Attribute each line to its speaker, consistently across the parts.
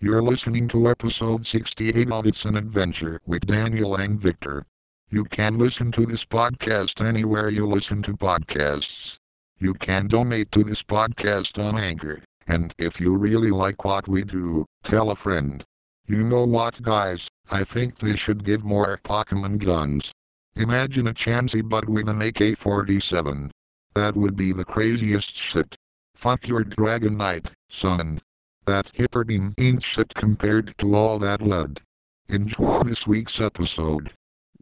Speaker 1: You're listening to episode 68 of It's an Adventure with Daniel and Victor. You can listen to this podcast anywhere you listen to podcasts. You can donate to this podcast on Anchor, and if you really like what we do, tell a friend. You know what, guys? I think they should give more Pokemon guns. Imagine a Chansey but with an AK 47. That would be the craziest shit. Fuck your Dragon Knight, son. That Hipperdine ain't shit compared to all that lead. Enjoy this week's episode.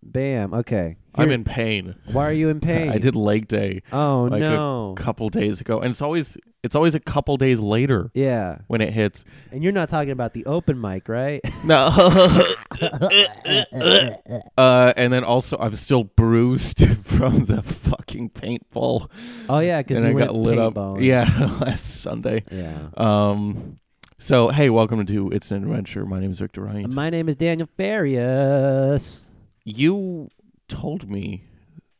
Speaker 2: Bam. Okay.
Speaker 3: I'm
Speaker 2: Here-
Speaker 3: in pain.
Speaker 2: Why are you in pain?
Speaker 3: I did leg day
Speaker 2: Oh
Speaker 3: like a
Speaker 2: no.
Speaker 3: a couple days ago, and it's always it's always a couple days later
Speaker 2: yeah.
Speaker 3: when it hits.
Speaker 2: And you're not talking about the open mic, right?
Speaker 3: No. uh, and then also I'm still bruised from the fucking paintball,
Speaker 2: oh yeah, because
Speaker 3: and
Speaker 2: you
Speaker 3: I
Speaker 2: went
Speaker 3: got lit up.
Speaker 2: paintballing.
Speaker 3: Yeah, last Sunday.
Speaker 2: Yeah.
Speaker 3: Um. So hey, welcome to It's an Adventure. My name is Victor Ryan.
Speaker 2: My name is Daniel Farias.
Speaker 3: you told me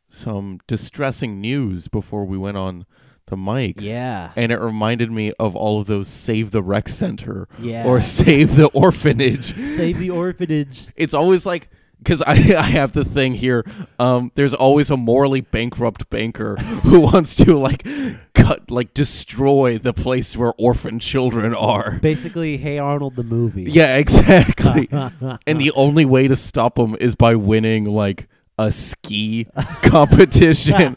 Speaker 3: some distressing news before we went on the mic.
Speaker 2: Yeah.
Speaker 3: and it reminded me of all of those save the rec center
Speaker 2: Yeah.
Speaker 3: or save the orphanage
Speaker 2: Save the orphanage.
Speaker 3: it's always like because I, I have the thing here um, there's always a morally bankrupt banker who wants to like cut like destroy the place where orphan children are
Speaker 2: Basically, Hey Arnold the movie.
Speaker 3: yeah exactly and the only way to stop them is by winning like a ski competition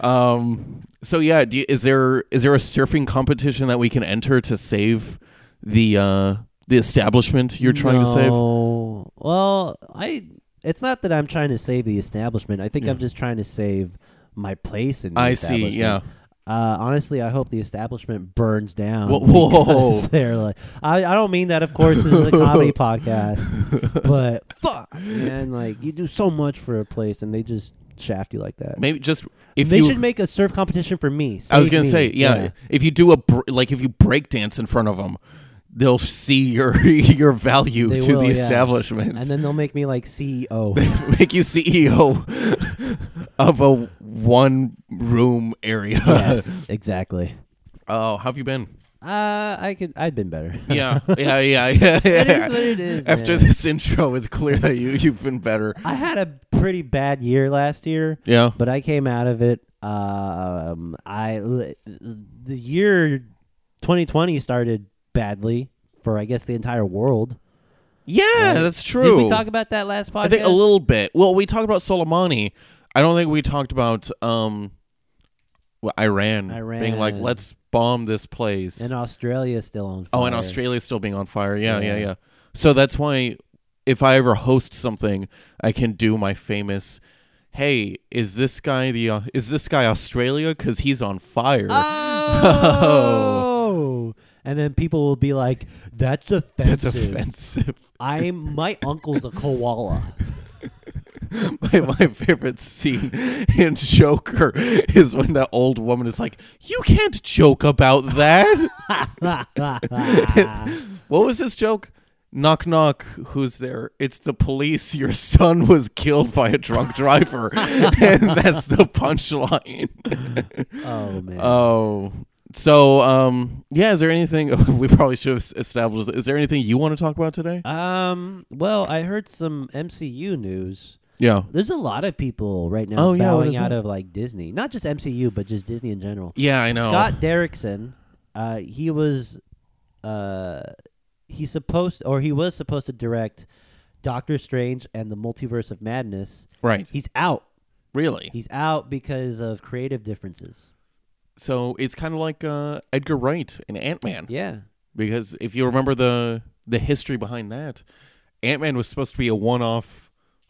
Speaker 3: Um. So yeah, do you, is there is there a surfing competition that we can enter to save the uh, the establishment you're trying to save?
Speaker 2: No. Well, I. It's not that I'm trying to save the establishment. I think I'm just trying to save my place in the
Speaker 3: I see,
Speaker 2: establishment.
Speaker 3: yeah.
Speaker 2: Uh, honestly, I hope the establishment burns down.
Speaker 3: Whoa- whoa.
Speaker 2: because They're like, I, I don't mean that, of course, this is a comedy podcast, but fuck, man, like you do so much for a place, and they just shaft you like that.
Speaker 3: Maybe just if
Speaker 2: they
Speaker 3: you.
Speaker 2: should make a surf competition for me.
Speaker 3: I was
Speaker 2: Save
Speaker 3: gonna
Speaker 2: me.
Speaker 3: say yeah, If you do a br- like if you break dance in front of them, they'll see your your value
Speaker 2: They
Speaker 3: to
Speaker 2: will,
Speaker 3: the
Speaker 2: yeah.
Speaker 3: establishment
Speaker 2: and then they'll make me like E CEO.
Speaker 3: make you CEO of a one room area.
Speaker 2: yes, exactly.
Speaker 3: Oh, how have you been?
Speaker 2: Uh, I could. I'd been better.
Speaker 3: Yeah, yeah, yeah, yeah.
Speaker 2: is what it is,
Speaker 3: After
Speaker 2: man.
Speaker 3: this intro, it's clear that you you've been better.
Speaker 2: I had a pretty bad year last year,
Speaker 3: Yeah.
Speaker 2: but I came out of it. Um, I the year 2020 started badly for I guess the entire world.
Speaker 3: Yeah, that's true.
Speaker 2: Did we talk about that last podcast?
Speaker 3: I think a little bit. Well, we talked about Soleimani. I don't think we talked about um well, Iran, being like
Speaker 2: Iran.
Speaker 3: let's bomb this place.
Speaker 2: And Australia is still on. Fire.
Speaker 3: oh, and Australia's still being on fire. Yeah, yeah,
Speaker 2: Yeah.
Speaker 3: yeah, So that's why if I ever host something, I can do my famous Hey, is this guy the uh, is this guy Australia cuz he's on fire?
Speaker 2: Ah! Oh. And then people will be like, "That's offensive."
Speaker 3: that's offensive.
Speaker 2: I'm my uncle's a koala.
Speaker 3: my, my favorite scene in Joker is when that old woman is like, "You can't joke about that." what was this joke? Knock knock, who's there? It's the police. Your son was killed by a drunk driver, and that's the punchline.
Speaker 2: oh man.
Speaker 3: Oh, so um, yeah. Is there anything we probably should have established? Is there anything you want to talk about today?
Speaker 2: Um. Well, I heard some MCU news.
Speaker 3: Yeah,
Speaker 2: There's a lot of people right now
Speaker 3: Oh, yeah, what
Speaker 2: bowing
Speaker 3: is
Speaker 2: out
Speaker 3: that?
Speaker 2: of like Disney, not just MCU, but just Disney in general.
Speaker 3: yeah, I know.
Speaker 2: Scott Derrickson, uh, he was, uh, he's supposed or he was supposed to direct Doctor Strange and the Multiverse of Madness.
Speaker 3: right?
Speaker 2: He's out.
Speaker 3: Really?
Speaker 2: He's out because of creative differences.
Speaker 3: So it's kind of like uh, Edgar Wright in Ant Man,
Speaker 2: Yeah.
Speaker 3: because if you remember the the history behind that, Ant Man was supposed to be a one off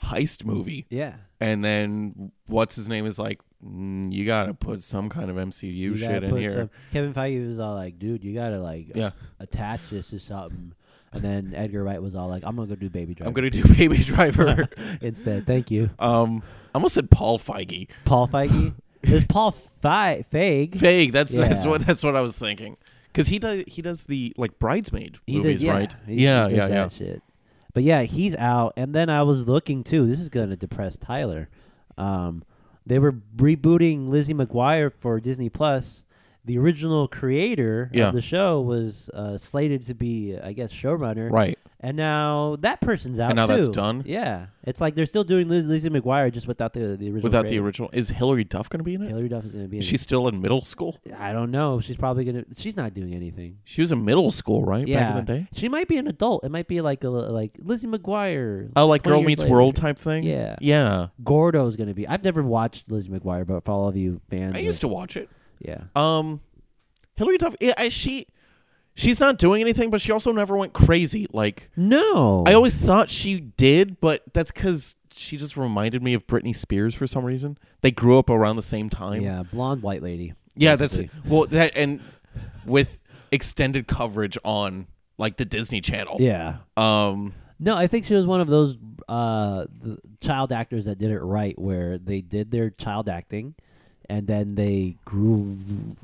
Speaker 3: heist movie,
Speaker 2: Yeah.
Speaker 3: and then what's his name is like, mm, you gotta put some kind of MCU
Speaker 2: You gotta
Speaker 3: shit in
Speaker 2: put
Speaker 3: here.
Speaker 2: some- Kevin Feige was all like, "Dude, you gotta like
Speaker 3: Yeah.
Speaker 2: attach this to something." And then Edgar Wright was all like, "I'm gonna go do Baby Driver
Speaker 3: I'm gonna do Baby Driver.
Speaker 2: instead." Thank you,
Speaker 3: um, I almost said Paul Feige.
Speaker 2: Paul Feige. There's Paul Fe- Feig.
Speaker 3: Feig. That's that's
Speaker 2: Yeah.
Speaker 3: what that's what I was thinking. Because he does he does the like bridesmaid
Speaker 2: He
Speaker 3: movies,
Speaker 2: does, yeah,
Speaker 3: right?
Speaker 2: He,
Speaker 3: yeah,
Speaker 2: he
Speaker 3: yeah,
Speaker 2: does
Speaker 3: yeah.
Speaker 2: that Shit. But yeah, he's out. And then I was looking too. This is gonna depress Tyler. Um, they were rebooting Lizzie McGuire for Disney Plus. the original creator
Speaker 3: Yeah.
Speaker 2: of the show was uh, slated to be, I guess, showrunner.
Speaker 3: Right.
Speaker 2: And now that person's out
Speaker 3: And now
Speaker 2: too.
Speaker 3: that's done?
Speaker 2: Yeah, it's like they're still doing Liz- Lizzie McGuire just without the the original.
Speaker 3: Without the
Speaker 2: creator.
Speaker 3: original, is Hillary Duff going to be in it?
Speaker 2: Hillary Duff is gonna be. In
Speaker 3: Is she still in middle school?
Speaker 2: it. I don't know. She's probably gonna. She's not doing anything.
Speaker 3: She was in middle school, right?
Speaker 2: yeah,
Speaker 3: Back in the day.
Speaker 2: she might be an adult. It might be like a like Lizzie McGuire.
Speaker 3: Oh, like
Speaker 2: 20
Speaker 3: Girl
Speaker 2: years
Speaker 3: Meets
Speaker 2: later.
Speaker 3: World type thing.
Speaker 2: Yeah.
Speaker 3: Yeah.
Speaker 2: Gordo's gonna be. I've never watched Lizzie McGuire, but for all of you fans,
Speaker 3: I used to watch it.
Speaker 2: Yeah,
Speaker 3: Um, Hillary Duff. i I, she, she's not doing anything, but she also never went crazy. Like
Speaker 2: no,
Speaker 3: I always thought she did, but that's because she just reminded me of Britney Spears for some reason. They grew up around the same time.
Speaker 2: yeah, blonde white lady.
Speaker 3: Yeah, that's
Speaker 2: basically.
Speaker 3: well that and with extended coverage on like the Disney Channel.
Speaker 2: Yeah,
Speaker 3: Um.
Speaker 2: No, I think she was one of those uh, th- child actors that did it right, where they did their child acting, and then they grew,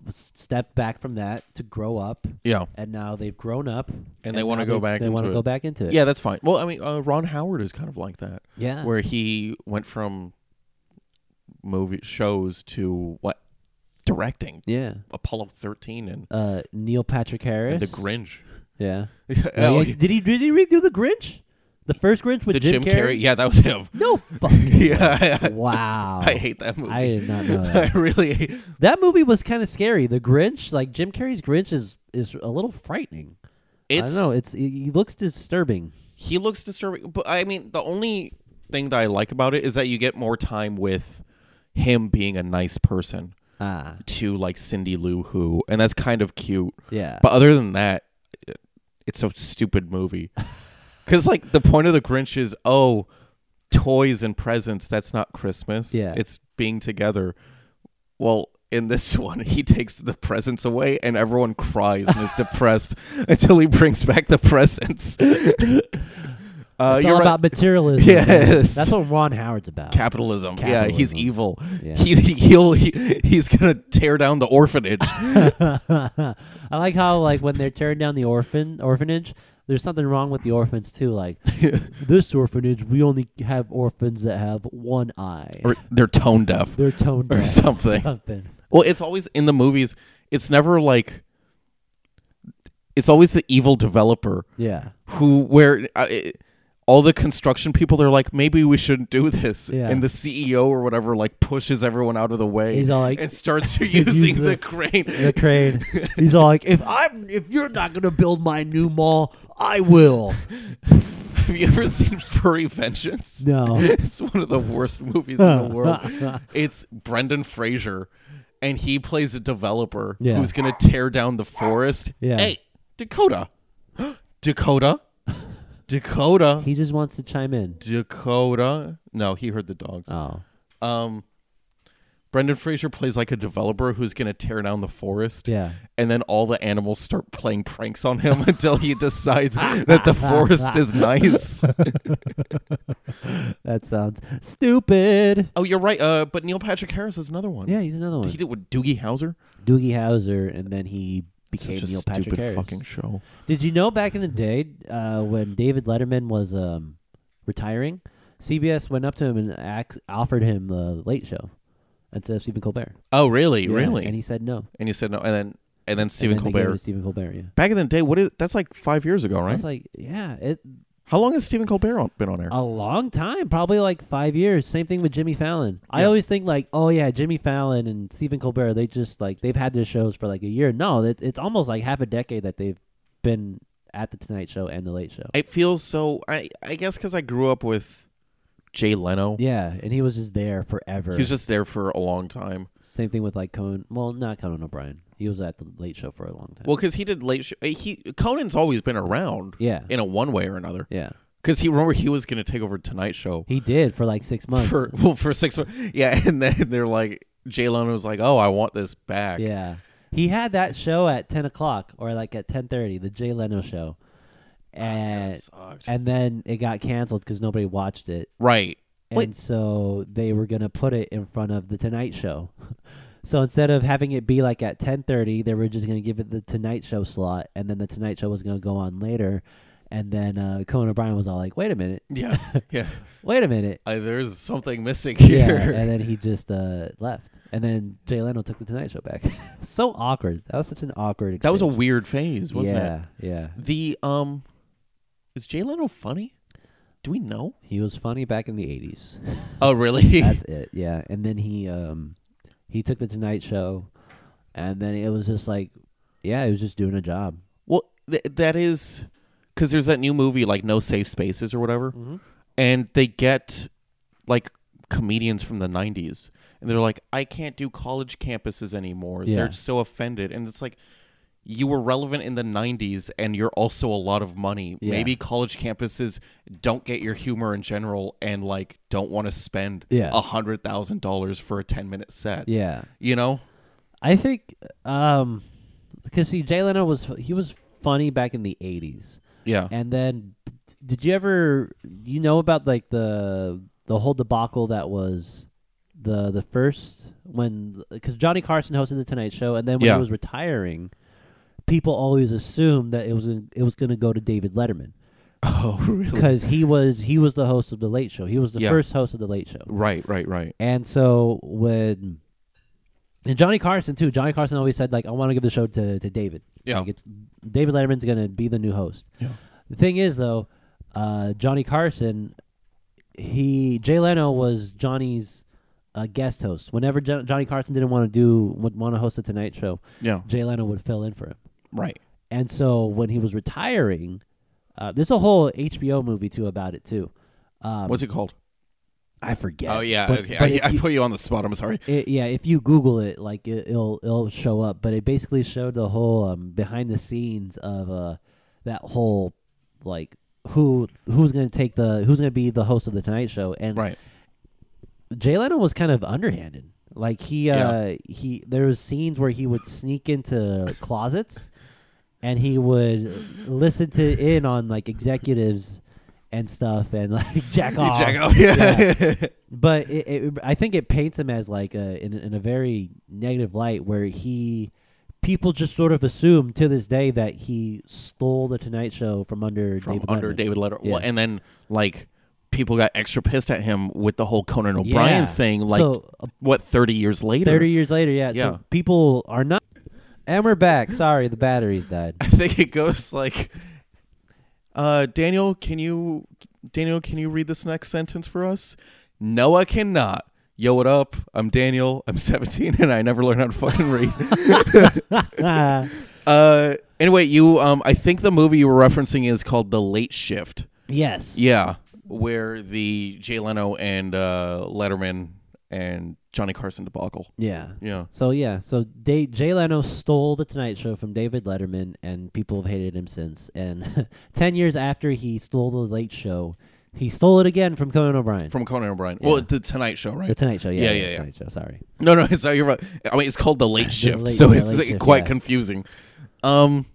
Speaker 2: stepped back from that to grow up,
Speaker 3: Yeah.
Speaker 2: and now they've grown up, and,
Speaker 3: they wanna
Speaker 2: now
Speaker 3: go back
Speaker 2: They
Speaker 3: into
Speaker 2: to go
Speaker 3: it.
Speaker 2: back into it.
Speaker 3: Yeah, that's fine. Well, I mean, uh, Ron Howard is kind of like that.
Speaker 2: yeah,
Speaker 3: where he went from movie shows to what directing
Speaker 2: yeah.
Speaker 3: Apollo 13 and,
Speaker 2: Uh, Neil Patrick Harris.
Speaker 3: and the Grinch.
Speaker 2: Yeah.
Speaker 3: Oh,
Speaker 2: Yeah, did he did he redo the Grinch? The first Grinch with
Speaker 3: the Jim, Carrey. Yeah, that was him.
Speaker 2: No fucking.
Speaker 3: yeah, I-
Speaker 2: wow.
Speaker 3: I hate that movie.
Speaker 2: I did not know
Speaker 3: I
Speaker 2: that.
Speaker 3: really hate-
Speaker 2: That movie was kind of scary. The Grinch, like Jim Carrey's Grinch, is is a little frightening.
Speaker 3: it's
Speaker 2: I don't know. It's he- he looks disturbing.
Speaker 3: he looks disturbing, but I mean, the only thing that I like about it is that you get more time with him being a nice person
Speaker 2: Ah,
Speaker 3: to like Cindy Lou Who, and that's kind of cute.
Speaker 2: yeah.
Speaker 3: But other than that, it- it's a stupid movie. Because like the point of the Grinch is oh, toys and presents. That's not Christmas.
Speaker 2: Yeah.
Speaker 3: it's being together. Well, in this one, he takes the presents away, and everyone cries and is depressed until he brings back the presents. uh,
Speaker 2: it's
Speaker 3: you're
Speaker 2: all
Speaker 3: right.
Speaker 2: about materialism.
Speaker 3: Yes.
Speaker 2: man. that's what Ron Howard's about.
Speaker 3: Capitalism. Yeah, he's
Speaker 2: Capitalism.
Speaker 3: evil.
Speaker 2: Yeah.
Speaker 3: He, he'll he, he's gonna tear down the orphanage.
Speaker 2: I like how like when they're tearing down the orphan orphanage, there's something wrong with the orphans too. Like this orphanage, we only have orphans that have one eye.
Speaker 3: or they're tone deaf.
Speaker 2: they're tone
Speaker 3: or
Speaker 2: deaf.
Speaker 3: something.
Speaker 2: Something.
Speaker 3: Well, it's always in the movies. It's never like. It's always the evil developer
Speaker 2: Yeah.
Speaker 3: who, where uh, it, all the construction people, they're like, maybe we shouldn't do this,
Speaker 2: Yeah.
Speaker 3: and the CEO or whatever like pushes everyone out of the way
Speaker 2: He's all like-
Speaker 3: and starts using
Speaker 2: the-
Speaker 3: the, crane.
Speaker 2: The crane. He's all like, if I'm if you're not gonna build my new mall, I will.
Speaker 3: Have you ever seen Furry Vengeance?
Speaker 2: No.
Speaker 3: It's one of the worst movies in the world. It's Brendan Fraser, and he plays a developer
Speaker 2: Yeah.
Speaker 3: who's going to tear down the forest.
Speaker 2: Yeah.
Speaker 3: Hey, Dakota. Dakota. Dakota.
Speaker 2: He just wants to chime in.
Speaker 3: Dakota. No, he heard the dogs.
Speaker 2: Oh.
Speaker 3: Um, Brendan Fraser plays like a developer who's going to tear down the forest.
Speaker 2: Yeah.
Speaker 3: And then all the animals start playing pranks on him until he decides that the forest is nice.
Speaker 2: That sounds stupid.
Speaker 3: Oh, you're right. Uh, but Neil Patrick Harris is another one.
Speaker 2: Yeah, he's another one.
Speaker 3: he did with Doogie Howser.
Speaker 2: Doogie Howser, and then he became
Speaker 3: Such a
Speaker 2: Neil Patrick
Speaker 3: stupid
Speaker 2: Harris.
Speaker 3: fucking show.
Speaker 2: Did you know back in the day uh, when David Letterman was um, retiring, CBS went up to him and ac- offered him the Late Show instead of Stephen Colbert.
Speaker 3: Oh, really?
Speaker 2: Yeah,
Speaker 3: really?
Speaker 2: And he said no.
Speaker 3: and you said no, and then and then Stephen
Speaker 2: and then they gave it
Speaker 3: Colbert.
Speaker 2: to Stephen Colbert. Yeah.
Speaker 3: Back in the day, what is that's like five years ago,
Speaker 2: I
Speaker 3: right?
Speaker 2: was like, Uh, yeah, it
Speaker 3: How long has Stephen Colbert on, been on air?
Speaker 2: a long time, probably like five years. Same thing with Jimmy Fallon. I
Speaker 3: Yeah.
Speaker 2: always think like, oh yeah, Jimmy Fallon and Stephen Colbert, they just like they've had their shows for like a year. No, it, it's almost like half a decade that they've been at the Tonight Show and the Late Show.
Speaker 3: it feels so. I I guess because I grew up with Jay Leno.
Speaker 2: Yeah, and he was just there forever.
Speaker 3: He was just there for a long time.
Speaker 2: Same thing with like Conan. Well, not Conan O'Brien. He was at the Late Show for a long time.
Speaker 3: Well, because he did late. Show, he Conan's always been around
Speaker 2: yeah,
Speaker 3: in a one way or another.
Speaker 2: yeah,
Speaker 3: Because he remember he was going to take over Tonight Show.
Speaker 2: he did for like six months.
Speaker 3: for well for six months. Yeah, and then they're like Jay Leno was like, "Oh, I want this back."
Speaker 2: yeah, he had that show at ten o'clock or like at ten thirty, the Jay Leno show,
Speaker 3: That
Speaker 2: and
Speaker 3: sucked.
Speaker 2: and then it got canceled because nobody watched it,
Speaker 3: right.
Speaker 2: and
Speaker 3: Wait.
Speaker 2: so they were gonna put it in front of the Tonight Show. So instead of having it be like at ten thirty, they were just gonna give it the Tonight Show slot, and then the Tonight Show was gonna go on later, And then uh, Conan O'Brien was all like, "Wait a minute,
Speaker 3: Yeah, yeah.
Speaker 2: wait a minute."
Speaker 3: I, there's something missing
Speaker 2: Yeah,
Speaker 3: here.
Speaker 2: and then he just uh, left. And then Jay Leno took the Tonight Show back. so awkward. That was such an awkward.
Speaker 3: that was a
Speaker 2: experience.
Speaker 3: weird phase, wasn't it?
Speaker 2: yeah, yeah.
Speaker 3: The um, is Jay Leno funny? Do we know?
Speaker 2: He was funny back in the '80s.
Speaker 3: Oh, really?
Speaker 2: That's it. Yeah, and then he um he took the Tonight Show, and then it was just like, yeah, he was just doing a job.
Speaker 3: well, th- that is because there's that new movie like No Safe Spaces or whatever,
Speaker 2: Mm-hmm.
Speaker 3: and they get like comedians from the '90s, and they're like, I can't do college campuses anymore.
Speaker 2: Yeah.
Speaker 3: They're so offended, and it's like. You were relevant in the 90s and you're also a lot of money.
Speaker 2: Yeah.
Speaker 3: Maybe college campuses don't get your humor in general and like don't want to spend
Speaker 2: Yeah.
Speaker 3: a $100,000 for a 10 minute set.
Speaker 2: Yeah,
Speaker 3: You know?
Speaker 2: I think um because see, Jay Leno was he was funny back in the '80s,
Speaker 3: Yeah.
Speaker 2: and then did you ever you know about like the the whole debacle that was the the first when because Johnny Carson hosted the Tonight Show, and then when
Speaker 3: Yeah.
Speaker 2: he was retiring, people always assumed that it was it was going to go to David Letterman.
Speaker 3: Oh, really?
Speaker 2: because he was he was the host of the Late Show. He was the
Speaker 3: Yeah.
Speaker 2: first host of the Late Show,
Speaker 3: Right, right, right.
Speaker 2: and so when and Johnny Carson too. Johnny Carson always said like, "I want to give the show to to David."
Speaker 3: Yeah.
Speaker 2: Like, it's, David Letterman's gonna be the new host.
Speaker 3: Yeah.
Speaker 2: The thing is though, uh, Johnny Carson, he Jay Leno was Johnny's uh, guest host. Whenever jo- Johnny Carson didn't want to do would want to host the Tonight Show,
Speaker 3: Yeah.
Speaker 2: Jay Leno would fill in for him.
Speaker 3: Right.
Speaker 2: And so when he was retiring, uh, there's a whole HBO movie too about it too. Um,
Speaker 3: What's it called?
Speaker 2: I forget.
Speaker 3: Oh, yeah.
Speaker 2: But-
Speaker 3: okay.
Speaker 2: but
Speaker 3: I,
Speaker 2: if
Speaker 3: I
Speaker 2: you-
Speaker 3: put you on the spot. I'm sorry.
Speaker 2: it- yeah, if you Google it, like it, it'll it'll show up. But it basically showed the whole um, behind the scenes of uh, that whole like who who's gonna take the who's gonna be the host of the Tonight Show and
Speaker 3: Right.
Speaker 2: Jay Leno was kind of underhanded. Like he uh he there was scenes where he would sneak into closets and he would listen to in on like executives and stuff and like jack off.
Speaker 3: Jack off. Yeah.
Speaker 2: But it, it, I think it paints him as like a, in in a very negative light where he people just sort of assume to this day that he stole the Tonight Show from under
Speaker 3: From
Speaker 2: David
Speaker 3: under
Speaker 2: Letterman.
Speaker 3: David Letter.
Speaker 2: Yeah.
Speaker 3: Well, and then, like, people got extra pissed at him with the whole Conan O'Brien
Speaker 2: Yeah.
Speaker 3: thing, like,
Speaker 2: So, a
Speaker 3: what, 30 years later?
Speaker 2: 30 years later, yeah.
Speaker 3: Yeah.
Speaker 2: So people are not. And we're back. Sorry, the batteries died.
Speaker 3: I think it goes like, uh, Daniel, can you, Daniel, can you read this next sentence for us? No, I cannot. Yo, what up? I'm Daniel. I'm 17 and I never learned how to fucking read.
Speaker 2: Ah,
Speaker 3: Uh, anyway, you um, I think the movie you were referencing is called The Late Shift.
Speaker 2: yes.
Speaker 3: Yeah, where the Jay Leno and uh, Letterman and Johnny Carson debacle.
Speaker 2: Yeah.
Speaker 3: Yeah,
Speaker 2: So yeah, so Da Jay Leno stole the Tonight Show from David Letterman, and people have hated him since. And ten years after he stole the Late Show, he stole it again from Conan O'Brien.
Speaker 3: from Conan O'Brien.
Speaker 2: Yeah.
Speaker 3: Well, the Tonight Show, right?
Speaker 2: the Tonight Show, yeah,
Speaker 3: Yeah, yeah, yeah.
Speaker 2: Tonight Show. Sorry.
Speaker 3: no, no, it's not. You're right. I mean, it's called The Late Shift,
Speaker 2: Late-
Speaker 3: so
Speaker 2: yeah,
Speaker 3: it's
Speaker 2: Late
Speaker 3: like,
Speaker 2: Shift,
Speaker 3: quite
Speaker 2: yeah.
Speaker 3: confusing. Um,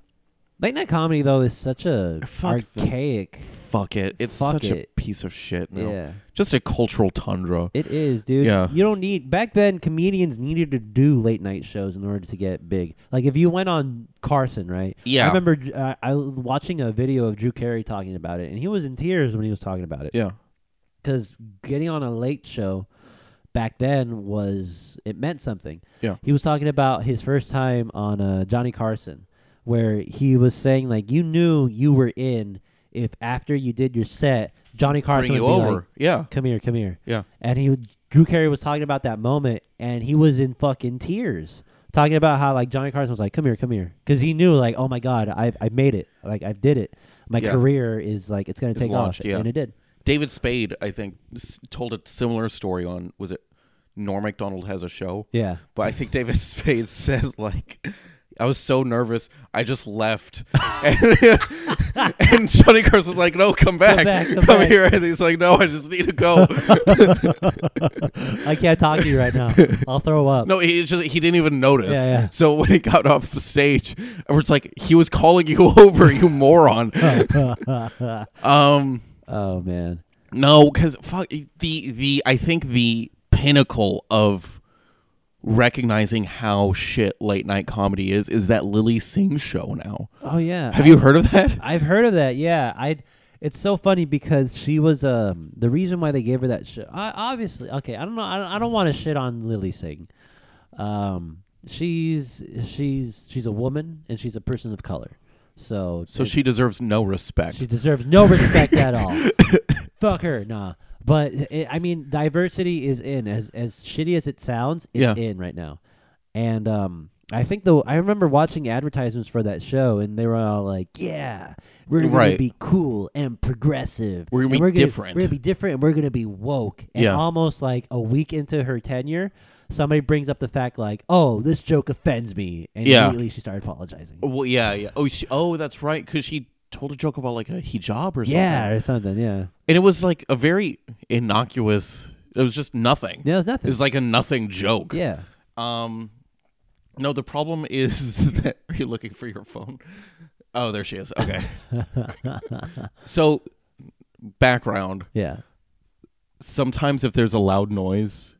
Speaker 2: Late night comedy though is such a
Speaker 3: Fuck the-
Speaker 2: archaic.
Speaker 3: fuck it. It's
Speaker 2: Fuck
Speaker 3: such
Speaker 2: it.
Speaker 3: a piece of shit. Now.
Speaker 2: Yeah.
Speaker 3: just a cultural tundra.
Speaker 2: It is, dude.
Speaker 3: Yeah.
Speaker 2: You don't need back then comedians needed to do late night shows in order to get big. Like if you went on Carson, right?
Speaker 3: Yeah.
Speaker 2: I remember uh, I was watching a video of Drew Carey talking about it and he was in tears when he was talking about it.
Speaker 3: yeah,
Speaker 2: Cuz getting on a late show back then was it meant something.
Speaker 3: Yeah.
Speaker 2: He was talking about his first time on uh, Johnny Carson where he was saying like you knew you were in if after you did your set Johnny Carson
Speaker 3: bring you
Speaker 2: would be
Speaker 3: over.
Speaker 2: like,
Speaker 3: yeah,
Speaker 2: come here, come here
Speaker 3: yeah.
Speaker 2: and he Drew Carey was talking about that moment, and he was in fucking tears, talking about how like Johnny Carson was like, "Come here, come here," because he knew like, "Oh my god, I I made it! Like I did it. My
Speaker 3: Yeah.
Speaker 2: career is like it's gonna
Speaker 3: It's
Speaker 2: take
Speaker 3: launched,
Speaker 2: off,"
Speaker 3: yeah.
Speaker 2: and it did.
Speaker 3: David Spade, I think, s- told a similar story on was it Norm Macdonald has a show,
Speaker 2: Yeah,
Speaker 3: but I think David Spade said like. I was so nervous. I just left, and, and Johnny Carson's like, "No, come back, come,
Speaker 2: back, come back."
Speaker 3: here." And he's like, "No, I just need to go."
Speaker 2: I can't talk to you right now. I'll throw up.
Speaker 3: no, he just he didn't even notice.
Speaker 2: Yeah, yeah.
Speaker 3: So when he got off the stage, it's like he was calling you over, you moron. um,
Speaker 2: Oh man.
Speaker 3: No, because fuck the the I think the pinnacle of recognizing how shit late night comedy is is that Lily Singh show now.
Speaker 2: Oh yeah.
Speaker 3: Have you heard of that?
Speaker 2: I've heard of that. Yeah, I. It's so funny because she was um the reason why they gave her that shit. I, obviously, okay. I don't know. I don't, I don't want to shit on Lily Singh. Um, she's she's she's a woman and she's a person of color. So
Speaker 3: So
Speaker 2: it-
Speaker 3: she deserves no respect.
Speaker 2: she deserves no respect at all. Fuck her, nah. But it, I mean, diversity is in as as shitty as it sounds. It's
Speaker 3: Yeah.
Speaker 2: in right now, and um, I think though I remember watching advertisements for that show, and they were all like, "Yeah, we're gonna
Speaker 3: Right.
Speaker 2: be cool and progressive.
Speaker 3: We're gonna
Speaker 2: and
Speaker 3: be
Speaker 2: we're
Speaker 3: different."
Speaker 2: We're gonna be different, and we're gonna be woke." And
Speaker 3: Yeah.
Speaker 2: almost like a week into her tenure, somebody brings up the fact like, "Oh, this joke offends me," and
Speaker 3: Yeah.
Speaker 2: immediately she started apologizing.
Speaker 3: well, yeah, yeah. Oh, she, oh, that's right cuz she told a joke about like a hijab or something.
Speaker 2: Yeah, or something. Yeah,
Speaker 3: And it was like a very innocuous it was just nothing.
Speaker 2: no, it's nothing.
Speaker 3: It was like a nothing joke.
Speaker 2: yeah.
Speaker 3: Um, no, the problem is that are you looking for your phone? Oh, there she is. Okay. so, background.
Speaker 2: Yeah.
Speaker 3: Sometimes if there's a loud noise,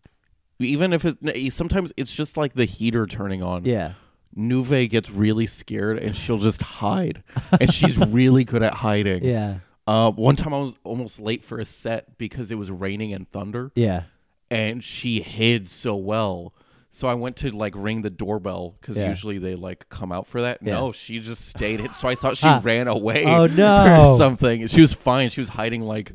Speaker 3: even if it, sometimes it's just like the heater turning on.
Speaker 2: Yeah.
Speaker 3: Nuve gets really scared and she'll just hide, and she's really good at hiding.
Speaker 2: Yeah.
Speaker 3: Uh, one time I was almost late for a set because it was raining and thunder.
Speaker 2: Yeah.
Speaker 3: and she hid so well. So I went to like ring the doorbell because
Speaker 2: Yeah.
Speaker 3: usually they like come out for that.
Speaker 2: Yeah.
Speaker 3: No, she just stayed it. So I thought she ran away
Speaker 2: Oh, no.
Speaker 3: or something. She was fine. She was hiding like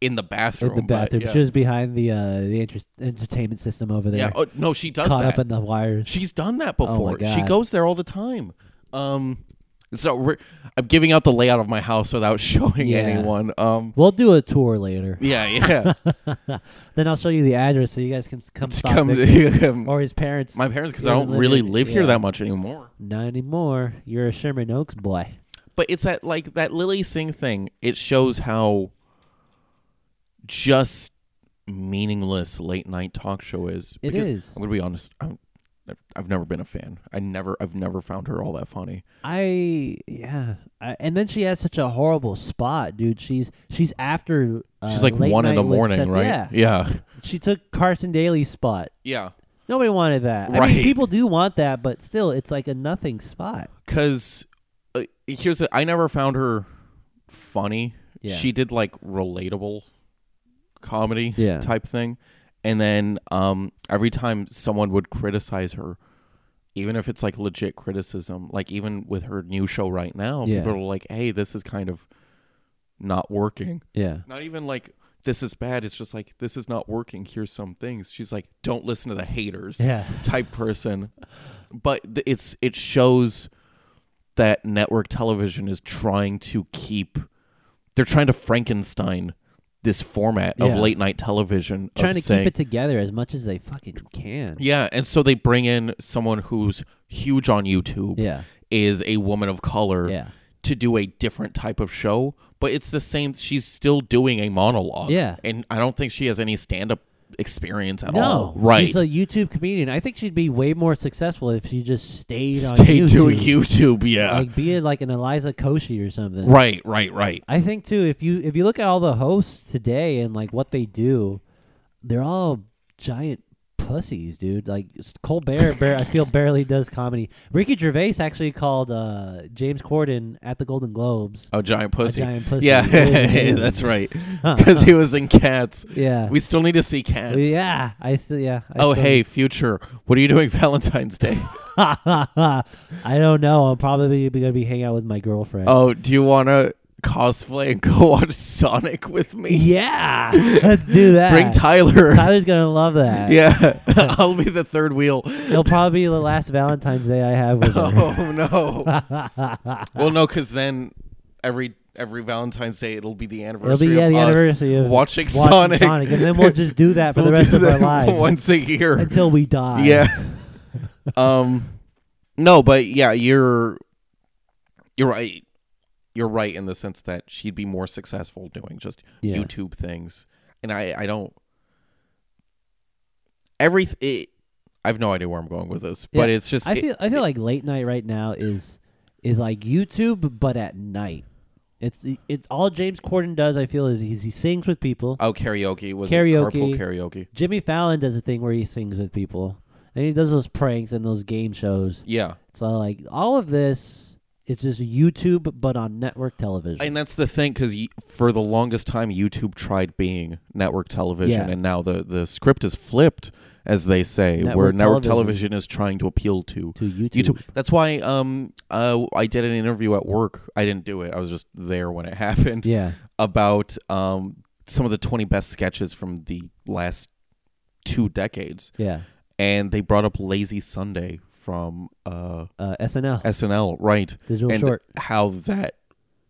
Speaker 3: in the bathroom.
Speaker 2: In the
Speaker 3: but,
Speaker 2: bathroom.
Speaker 3: yeah.
Speaker 2: She was behind the uh, the inter- entertainment system over there.
Speaker 3: yeah. Oh, no, she does
Speaker 2: caught
Speaker 3: that.
Speaker 2: up in the wires.
Speaker 3: She's done that before. she
Speaker 2: Oh God.
Speaker 3: goes there all the time. Um, so we're, I'm giving out the layout of my house without showing
Speaker 2: Yeah.
Speaker 3: anyone. Um,
Speaker 2: We'll do a tour later.
Speaker 3: yeah, yeah.
Speaker 2: Then I'll show you the address so you guys can s- come
Speaker 3: It's
Speaker 2: stop
Speaker 3: come-
Speaker 2: Victor
Speaker 3: um,
Speaker 2: or his parents.
Speaker 3: my parents, because
Speaker 2: He
Speaker 3: I
Speaker 2: doesn't
Speaker 3: don't really
Speaker 2: in-
Speaker 3: live here
Speaker 2: yeah.
Speaker 3: that much anymore.
Speaker 2: Not anymore. You're a Sherman Oaks boy.
Speaker 3: but it's that like that Lily Singh thing. It shows how just meaningless late night talk show is.
Speaker 2: It
Speaker 3: Because
Speaker 2: is.
Speaker 3: I'm gonna be honest. I'm, I've- I've never been a fan. I never. I've never found her all that funny.
Speaker 2: I yeah. I, and then she has such a horrible spot, dude. She's she's after. Uh,
Speaker 3: She's like
Speaker 2: late
Speaker 3: one in
Speaker 2: night
Speaker 3: the
Speaker 2: with
Speaker 3: morning,
Speaker 2: Seth-
Speaker 3: right?
Speaker 2: Yeah.
Speaker 3: Yeah.
Speaker 2: She took Carson Daly's spot.
Speaker 3: Yeah.
Speaker 2: Nobody wanted that. I mean,
Speaker 3: Right.
Speaker 2: people do want that, but still, it's like a nothing spot.
Speaker 3: Because uh, here's the, I never found her funny.
Speaker 2: Yeah.
Speaker 3: She did like relatable comedy
Speaker 2: Yeah.
Speaker 3: type thing. And then um, every time someone would criticize her, even if it's like legit criticism, like even with her new show right now,
Speaker 2: Yeah.
Speaker 3: people are like, hey, this is kind of not working.
Speaker 2: Yeah.
Speaker 3: Not even like this is bad. It's just like this is not working. Here's some things. She's like, don't listen to the haters
Speaker 2: Yeah.
Speaker 3: type person. But th- it's it shows that network television is trying to keep. They're trying to Frankenstein this format of
Speaker 2: Yeah.
Speaker 3: late night television. of
Speaker 2: trying to
Speaker 3: saying-
Speaker 2: keep it together as much as they fucking can.
Speaker 3: Yeah, and so they bring in someone who's huge on YouTube.
Speaker 2: Yeah.
Speaker 3: Is a woman of color
Speaker 2: Yeah.
Speaker 3: to do a different type of show, but it's the same. She's still doing a monologue.
Speaker 2: Yeah.
Speaker 3: and I don't think she has any stand-up experience at
Speaker 2: No,
Speaker 3: all. Right?
Speaker 2: She's a YouTube comedian. I think she'd be way more successful if she just stayed on
Speaker 3: Stay
Speaker 2: YouTube.
Speaker 3: doing YouTube. Yeah.
Speaker 2: Like be it like an Eliza Koshy or something.
Speaker 3: right. Right. Right.
Speaker 2: I think too if you if you look at all the hosts today and like what they do, they're all giant pussies, dude. Like s- Colbert, bar- I feel barely does comedy. Ricky Gervais actually called uh, James Corden at the Golden Globes.
Speaker 3: Oh, giant pussy.
Speaker 2: giant pussy.
Speaker 3: Yeah,
Speaker 2: Yeah. Uh-huh.
Speaker 3: that's right. Because he was in Cats.
Speaker 2: Yeah.
Speaker 3: We still need to see Cats.
Speaker 2: yeah, I still yeah. I
Speaker 3: Oh,
Speaker 2: still-
Speaker 3: hey, future. What are you doing Valentine's Day?
Speaker 2: I don't know. I'm probably gonna be hanging out with my girlfriend.
Speaker 3: oh, do you want to cosplay and go watch Sonic with me?
Speaker 2: yeah, let's do that.
Speaker 3: Bring Tyler.
Speaker 2: Tyler's gonna love that.
Speaker 3: Yeah, I'll be the third wheel.
Speaker 2: it'll probably be the last Valentine's Day I have with her.
Speaker 3: Oh no. well, no, because then every every Valentine's Day it'll be the
Speaker 2: It'll
Speaker 3: anniversary.
Speaker 2: be yeah,
Speaker 3: of
Speaker 2: the
Speaker 3: us
Speaker 2: anniversary of
Speaker 3: watching,
Speaker 2: Sonic. and then we'll just do that for
Speaker 3: We'll
Speaker 2: the rest
Speaker 3: do
Speaker 2: of our
Speaker 3: that
Speaker 2: lives
Speaker 3: once a year.
Speaker 2: until we die.
Speaker 3: yeah. um, no, but yeah, you're you're right. You're right in the sense that she'd be more successful doing just
Speaker 2: Yeah.
Speaker 3: YouTube things, and I I don't every it, I have no idea where I'm going with this, but
Speaker 2: Yeah.
Speaker 3: it's just
Speaker 2: I
Speaker 3: it-
Speaker 2: feel I feel like late night right now is is like YouTube, but at night. It's it's all James Corden does. I feel is he's, he sings with people.
Speaker 3: oh karaoke was
Speaker 2: Karaoke.
Speaker 3: it carpool karaoke.
Speaker 2: Jimmy Fallon does a thing where he sings with people, Then he does those pranks and those game shows.
Speaker 3: Yeah.
Speaker 2: So like all of this is just YouTube, but on network television.
Speaker 3: And that's the thing, because for the longest time, YouTube tried being network television,
Speaker 2: Yeah.
Speaker 3: and now the, the script is flipped, as they say, where
Speaker 2: Network
Speaker 3: network
Speaker 2: television.
Speaker 3: television is trying to appeal to
Speaker 2: to YouTube.
Speaker 3: YouTube. That's why um uh I did an interview at work. I didn't do it. I was just there when it happened.
Speaker 2: Yeah.
Speaker 3: About um some of the 20 best sketches from the last two decades,
Speaker 2: Yeah.
Speaker 3: and they brought up Lazy Sunday from uh
Speaker 2: Uh, SNL
Speaker 3: SNL, right?
Speaker 2: digital
Speaker 3: and
Speaker 2: short.
Speaker 3: how that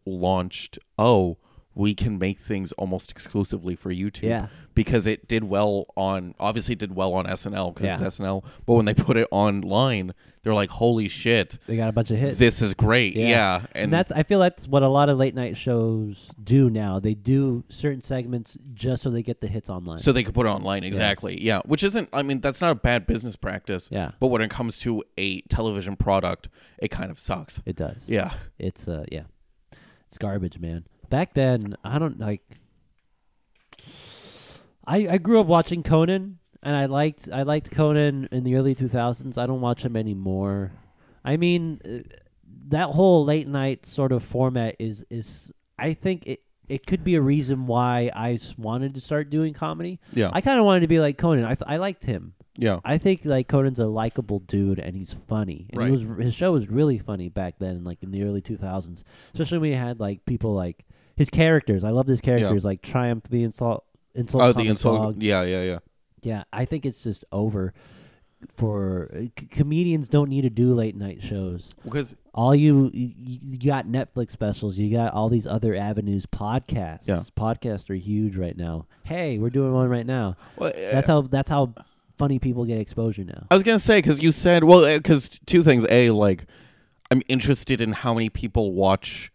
Speaker 3: launched oh we can make things almost exclusively for youtube
Speaker 2: Yeah.
Speaker 3: because it did well on obviously it did well on snl because
Speaker 2: Yeah.
Speaker 3: it's snl but when they put it online they're like holy shit
Speaker 2: They got a bunch of hits.
Speaker 3: this is great
Speaker 2: Yeah.
Speaker 3: yeah,
Speaker 2: and that's I feel that's what a lot of late night shows do now. They do certain segments just so they get the hits online.
Speaker 3: so they could put it online exactly yeah. which isn't i mean that's not a bad business practice
Speaker 2: Yeah.
Speaker 3: but when it comes to a television product it kind of sucks
Speaker 2: it does.
Speaker 3: yeah
Speaker 2: It's uh yeah. It's garbage, man. Back then, I don't like I I grew up watching Conan and I liked I liked Conan in the early 2000s. I don't watch him anymore. I mean, uh, that whole late night sort of format is is I think it it could be a reason why I s- wanted to start doing comedy.
Speaker 3: yeah
Speaker 2: I kind of wanted to be like Conan. I th- I liked him.
Speaker 3: yeah
Speaker 2: I think like Conan's a likable dude and he's funny. And
Speaker 3: Right.
Speaker 2: he was his show was really funny back then, like in the early two thousands. Especially when he had like people like his characters. I loved his characters, like Triumph the insult insult.
Speaker 3: oh the
Speaker 2: Comic
Speaker 3: insult
Speaker 2: Dog.
Speaker 3: yeah yeah yeah
Speaker 2: Yeah, I think it's just over for uh, c- comedians don't need to do late night shows
Speaker 3: because
Speaker 2: all you, you you got Netflix specials, you got all these other avenues, podcasts.
Speaker 3: Yeah.
Speaker 2: Podcasts are huge right now. Hey, we're doing one right now.
Speaker 3: well,
Speaker 2: That's how that's how funny people get exposure now.
Speaker 3: I was gonna say because you said well because two things. A like I'm interested in how many people watch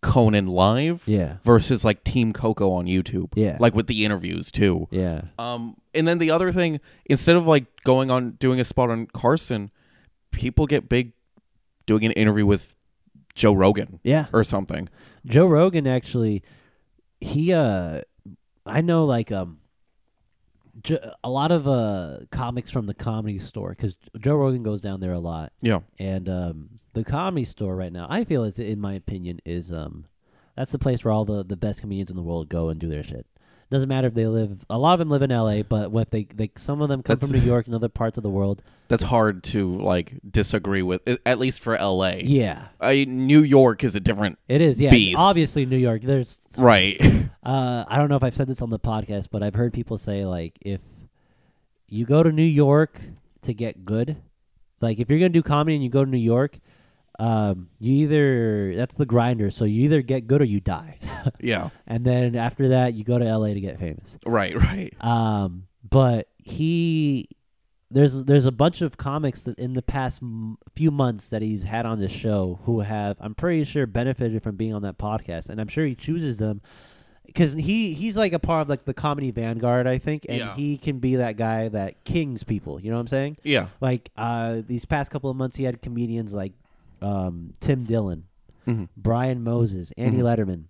Speaker 3: Conan live
Speaker 2: Yeah.
Speaker 3: versus like Team Coco on YouTube.
Speaker 2: Yeah.
Speaker 3: like with the interviews too.
Speaker 2: Yeah.
Speaker 3: Um, and then the other thing, instead of like going on doing a spot on Carson, people get big doing an interview with Joe Rogan
Speaker 2: Yeah.
Speaker 3: or something.
Speaker 2: Joe Rogan actually he uh I know like um Jo- a lot of uh comics from the comedy store cuz Joe Rogan goes down there a lot.
Speaker 3: Yeah,
Speaker 2: and um, the comedy store right now i feel it's in my opinion is um that's the place where all the, the best comedians in the world go and do their shit doesn't matter if they live a lot of them live in la but what if they, they some of them come
Speaker 3: That's-
Speaker 2: from new york and other parts of the world
Speaker 3: that's hard to like disagree with. a- At least for L.A.
Speaker 2: yeah
Speaker 3: I, New York is a different
Speaker 2: it is yeah
Speaker 3: Beast.
Speaker 2: obviously new york there's
Speaker 3: right.
Speaker 2: uh, i don't know if i've said this on the podcast but i've heard people say like if you go to new york to get good like if you're gonna do comedy and you go to new york um, you either that's the grinder so you either get good or you die
Speaker 3: yeah,
Speaker 2: and then after that you go to LA to get famous.
Speaker 3: right, right.
Speaker 2: Um, but he there's there's a bunch of comics that in the past m- few months that he's had on this show who have I'm pretty sure benefited from being on that podcast, and I'm sure he chooses them because he he's like a part of like the comedy vanguard I think, and
Speaker 3: Yeah.
Speaker 2: he can be that guy that kings people. You know what I'm saying?
Speaker 3: Yeah.
Speaker 2: Like uh, these past couple of months, he had comedians like um, Tim Dillon,
Speaker 3: Mhm.
Speaker 2: Brian Moses, Andy
Speaker 3: Mhm.
Speaker 2: Letterman.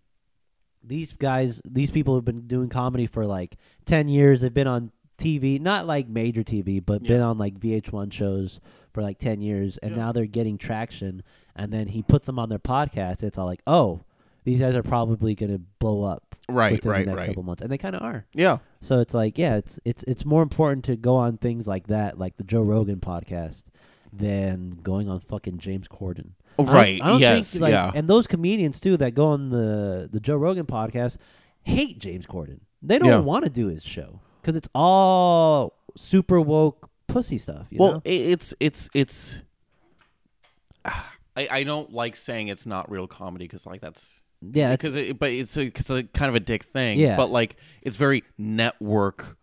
Speaker 2: These guys, these people have been doing comedy for like ten years. They've been on TV, not like major TV, but been on like VH1 shows for like ten years, and now they're getting traction. And then he puts them on their podcast. And it's all like, oh, these guys are probably going to blow up
Speaker 3: Right,
Speaker 2: within
Speaker 3: right,
Speaker 2: the next
Speaker 3: right.
Speaker 2: couple months, and they kind of are.
Speaker 3: Yeah.
Speaker 2: So it's like, yeah, it's it's it's more important to go on things like that, like the Joe Rogan podcast, than going on fucking James Corden. I don't-
Speaker 3: Right,
Speaker 2: I don't
Speaker 3: yes,
Speaker 2: Think, like,
Speaker 3: yeah.
Speaker 2: And those comedians too that go on the the Joe Rogan podcast hate James Corden. They don't
Speaker 3: Yeah.
Speaker 2: want to do his show because it's all super woke pussy stuff. You
Speaker 3: well,
Speaker 2: know?
Speaker 3: i it's it's it's. I, I don't like saying it's not real comedy because like that's
Speaker 2: yeah, it's-
Speaker 3: because it, but it's a, it's a kind of a dick thing.
Speaker 2: Yeah.
Speaker 3: But like it's very network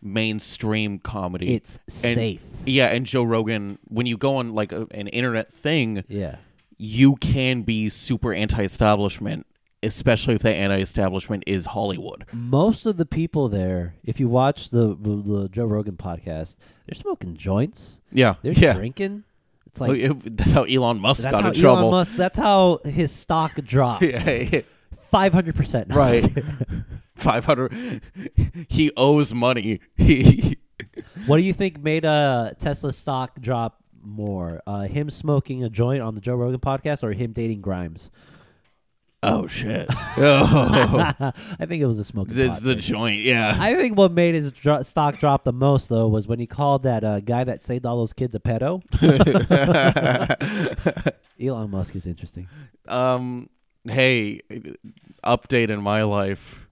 Speaker 3: mainstream comedy.
Speaker 2: it's
Speaker 3: And-
Speaker 2: safe.
Speaker 3: Yeah, and Joe Rogan when you go on like a, an internet thing,
Speaker 2: Yeah,
Speaker 3: you can be super anti-establishment, especially if the anti-establishment is Hollywood.
Speaker 2: most of the people there, if you watch the the Joe Rogan podcast, they're smoking joints.
Speaker 3: Yeah.
Speaker 2: They're
Speaker 3: yeah.
Speaker 2: drinking. It's like
Speaker 3: that's how Elon Musk
Speaker 2: that's
Speaker 3: got
Speaker 2: how
Speaker 3: in trouble.
Speaker 2: Elon Musk. That's how his stock dropped
Speaker 3: yeah.
Speaker 2: five hundred percent.
Speaker 3: Right. 500 he owes money. He
Speaker 2: What do you think made uh, Tesla stock drop more? Uh, him smoking a joint on the Joe Rogan podcast or him dating Grimes?
Speaker 3: Oh shit! Oh,
Speaker 2: I think it was a smoking
Speaker 3: it's
Speaker 2: pot
Speaker 3: the
Speaker 2: thing.
Speaker 3: joint. Yeah.
Speaker 2: I think what made his dro- stock drop the most, though, was when he called that uh, guy that saved all those kids a pedo. Elon Musk is interesting.
Speaker 3: um. Hey, update in my life.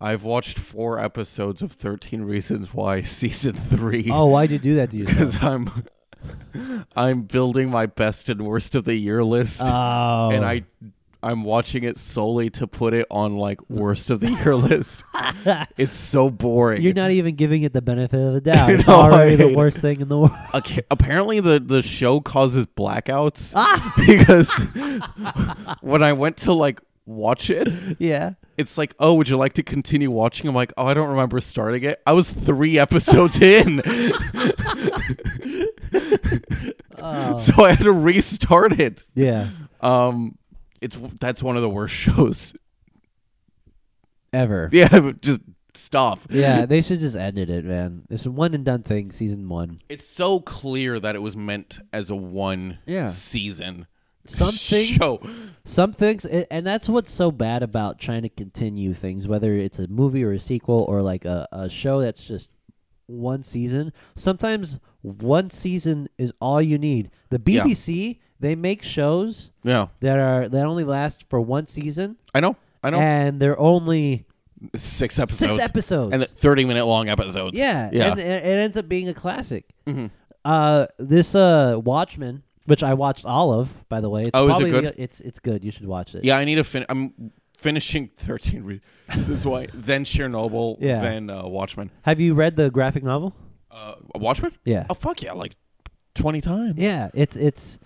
Speaker 3: I've watched four episodes of Thirteen Reasons Why season three.
Speaker 2: Oh, why'd you do that to yourself?
Speaker 3: because I'm I'm building my best and worst of the year list,
Speaker 2: Oh,
Speaker 3: and I I'm watching it solely to put it on like worst of the year list. it's so boring.
Speaker 2: you're not even giving it the benefit of the doubt. It's
Speaker 3: know, I
Speaker 2: already the
Speaker 3: hate
Speaker 2: worst thing in the world.
Speaker 3: Ac- apparently the the show causes blackouts
Speaker 2: Ah.
Speaker 3: because when I went to like watch it
Speaker 2: yeah.
Speaker 3: it's like oh would you like to continue watching i'm like oh i don't remember starting it i was three episodes in
Speaker 2: Oh,
Speaker 3: so i had to restart it
Speaker 2: yeah.
Speaker 3: Um, it's that's one of the worst shows.
Speaker 2: Ever.
Speaker 3: Yeah, but just stuff.
Speaker 2: Yeah, they should just ended it, man. It's a one and done thing, season one.
Speaker 3: It's so clear that it was meant as a one
Speaker 2: Yeah.
Speaker 3: season
Speaker 2: Something
Speaker 3: show.
Speaker 2: Some things, a- and that's what's so bad about trying to continue things, whether it's a movie or a sequel or like a, a show that's just one season. Sometimes one season is all you need. The
Speaker 3: Yeah.
Speaker 2: BBC, they make shows
Speaker 3: Yeah,
Speaker 2: that are that only last for one season,
Speaker 3: I know. I know.
Speaker 2: and they're only
Speaker 3: six episodes.
Speaker 2: six episodes.
Speaker 3: and the thirty minute long episodes.
Speaker 2: yeah,
Speaker 3: yeah.
Speaker 2: and it it ends up being a classic.
Speaker 3: Mhm.
Speaker 2: Uh, this uh, Watchmen, which I watched all of, by the way. It's
Speaker 3: Oh, is it
Speaker 2: probably the-
Speaker 3: good?
Speaker 2: It's it's good. You should watch it.
Speaker 3: yeah, I need to finish. I'm finishing thirteen. Re- this is why. then Chernobyl.
Speaker 2: Yeah.
Speaker 3: Then uh, Watchmen.
Speaker 2: Have you read the graphic novel?
Speaker 3: Uh, Watchmen.
Speaker 2: Yeah.
Speaker 3: Oh fuck yeah! Like twenty times.
Speaker 2: Yeah, it's it's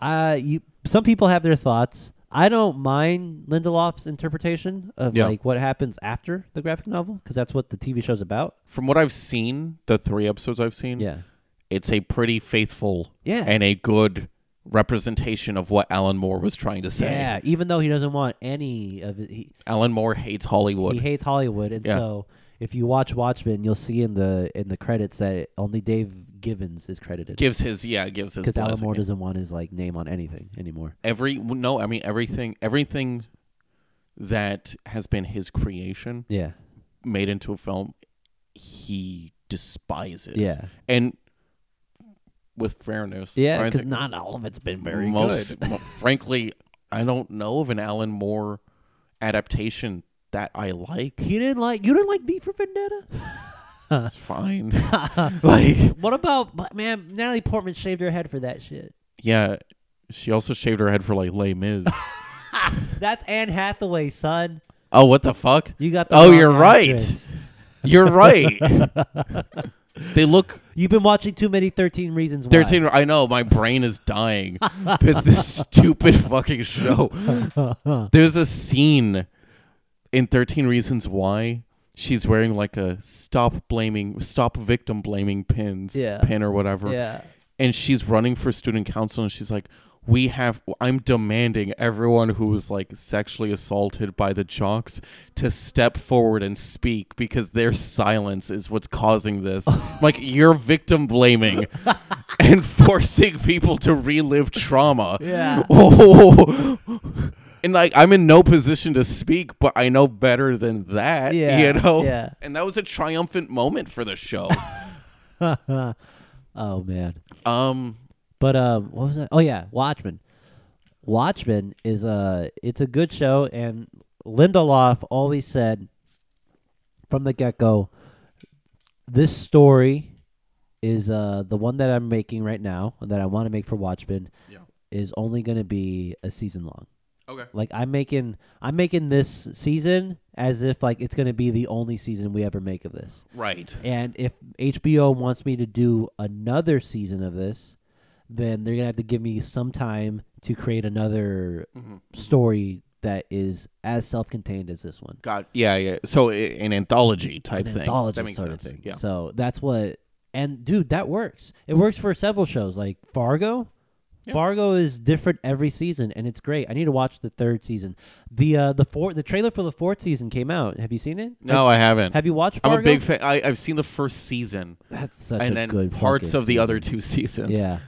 Speaker 2: uh you some people have their thoughts. I don't mind Lindelof's interpretation of
Speaker 3: Yeah.
Speaker 2: like what happens after the graphic novel because that's what the TV show's about.
Speaker 3: From what I've seen, the three episodes I've seen.
Speaker 2: Yeah.
Speaker 3: it's a pretty faithful
Speaker 2: Yeah.
Speaker 3: Mm-hmm. and a good representation of what Alan Moore was trying to say.
Speaker 2: Yeah, even though he doesn't want any of it, he,
Speaker 3: Alan Moore hates Hollywood.
Speaker 2: he hates Hollywood and
Speaker 3: Yeah.
Speaker 2: so if you watch Watchmen, you'll see in the in the credits that only Dave Gibbons is credited
Speaker 3: gives his yeah, gives his
Speaker 2: because Alan
Speaker 3: blessing.
Speaker 2: Moore doesn't want his like name on anything anymore.
Speaker 3: every no, I mean everything everything that has been his creation
Speaker 2: Yeah.
Speaker 3: made into a film he despises.
Speaker 2: Yeah.
Speaker 3: And with fairness,
Speaker 2: Yeah,
Speaker 3: I
Speaker 2: because
Speaker 3: think
Speaker 2: not all of it's been very good.
Speaker 3: most mo- frankly, I don't know of an Alan Moore adaptation that I like.
Speaker 2: He didn't like you didn't like Beat for Vendetta?
Speaker 3: It's fine. like
Speaker 2: What about but man? Natalie Portman shaved her head for that shit.
Speaker 3: Yeah, she also shaved her head for like Les Mis.
Speaker 2: That's Anne Hathaway, son.
Speaker 3: oh, what the fuck?
Speaker 2: You got the
Speaker 3: Oh,
Speaker 2: wrong
Speaker 3: you're right.
Speaker 2: actress.
Speaker 3: You're right. they look
Speaker 2: You've been watching too many Thirteen Reasons Why.
Speaker 3: thirteen. I know my brain is dying with this stupid fucking show. There's a scene in Thirteen Reasons Why she's wearing like a stop blaming, stop victim blaming pins,
Speaker 2: Yeah.
Speaker 3: pin or whatever.
Speaker 2: Yeah.
Speaker 3: and she's running for student council and she's like we have i'm demanding everyone who was like sexually assaulted by the jocks to step forward and speak because their silence is what's causing this I'm like you're victim blaming and forcing people to relive trauma
Speaker 2: Yeah.
Speaker 3: oh and like i'm in no position to speak but i know better than that
Speaker 2: Yeah,
Speaker 3: you know
Speaker 2: yeah.
Speaker 3: and that was a triumphant moment for the show
Speaker 2: oh man.
Speaker 3: um
Speaker 2: But um, what was that? Oh yeah, Watchmen. Watchmen is a it's a good show, and Lindelof always said from the get go, this story is uh the one that I'm making right now that I want to make for Watchmen
Speaker 3: Yeah.
Speaker 2: is only going to be a season long.
Speaker 3: okay
Speaker 2: Like I'm making I'm making this season as if like it's going to be the only season we ever make of this.
Speaker 3: right
Speaker 2: And if HBO wants me to do another season of this, then they're gonna have to give me some time to create another
Speaker 3: Mm-hmm.
Speaker 2: story that is as self-contained as this one.
Speaker 3: Got yeah, yeah. So i- an anthology type
Speaker 2: An
Speaker 3: thing.
Speaker 2: anthology
Speaker 3: that makes
Speaker 2: sort
Speaker 3: sense.
Speaker 2: of thing.
Speaker 3: Yeah.
Speaker 2: So that's what. And dude, that works. It works for several shows like Fargo. Fargo is different every season, and it's great. I need to watch the third season. the uh, The four, the trailer for the fourth season came out. Have you seen it?
Speaker 3: No, I haven't.
Speaker 2: Have you watched?
Speaker 3: I'm
Speaker 2: Fargo?
Speaker 3: a big fan. I, I've seen the first season
Speaker 2: That's such a
Speaker 3: and then
Speaker 2: good
Speaker 3: parts
Speaker 2: fucking
Speaker 3: of the
Speaker 2: season.
Speaker 3: other two seasons.
Speaker 2: Yeah.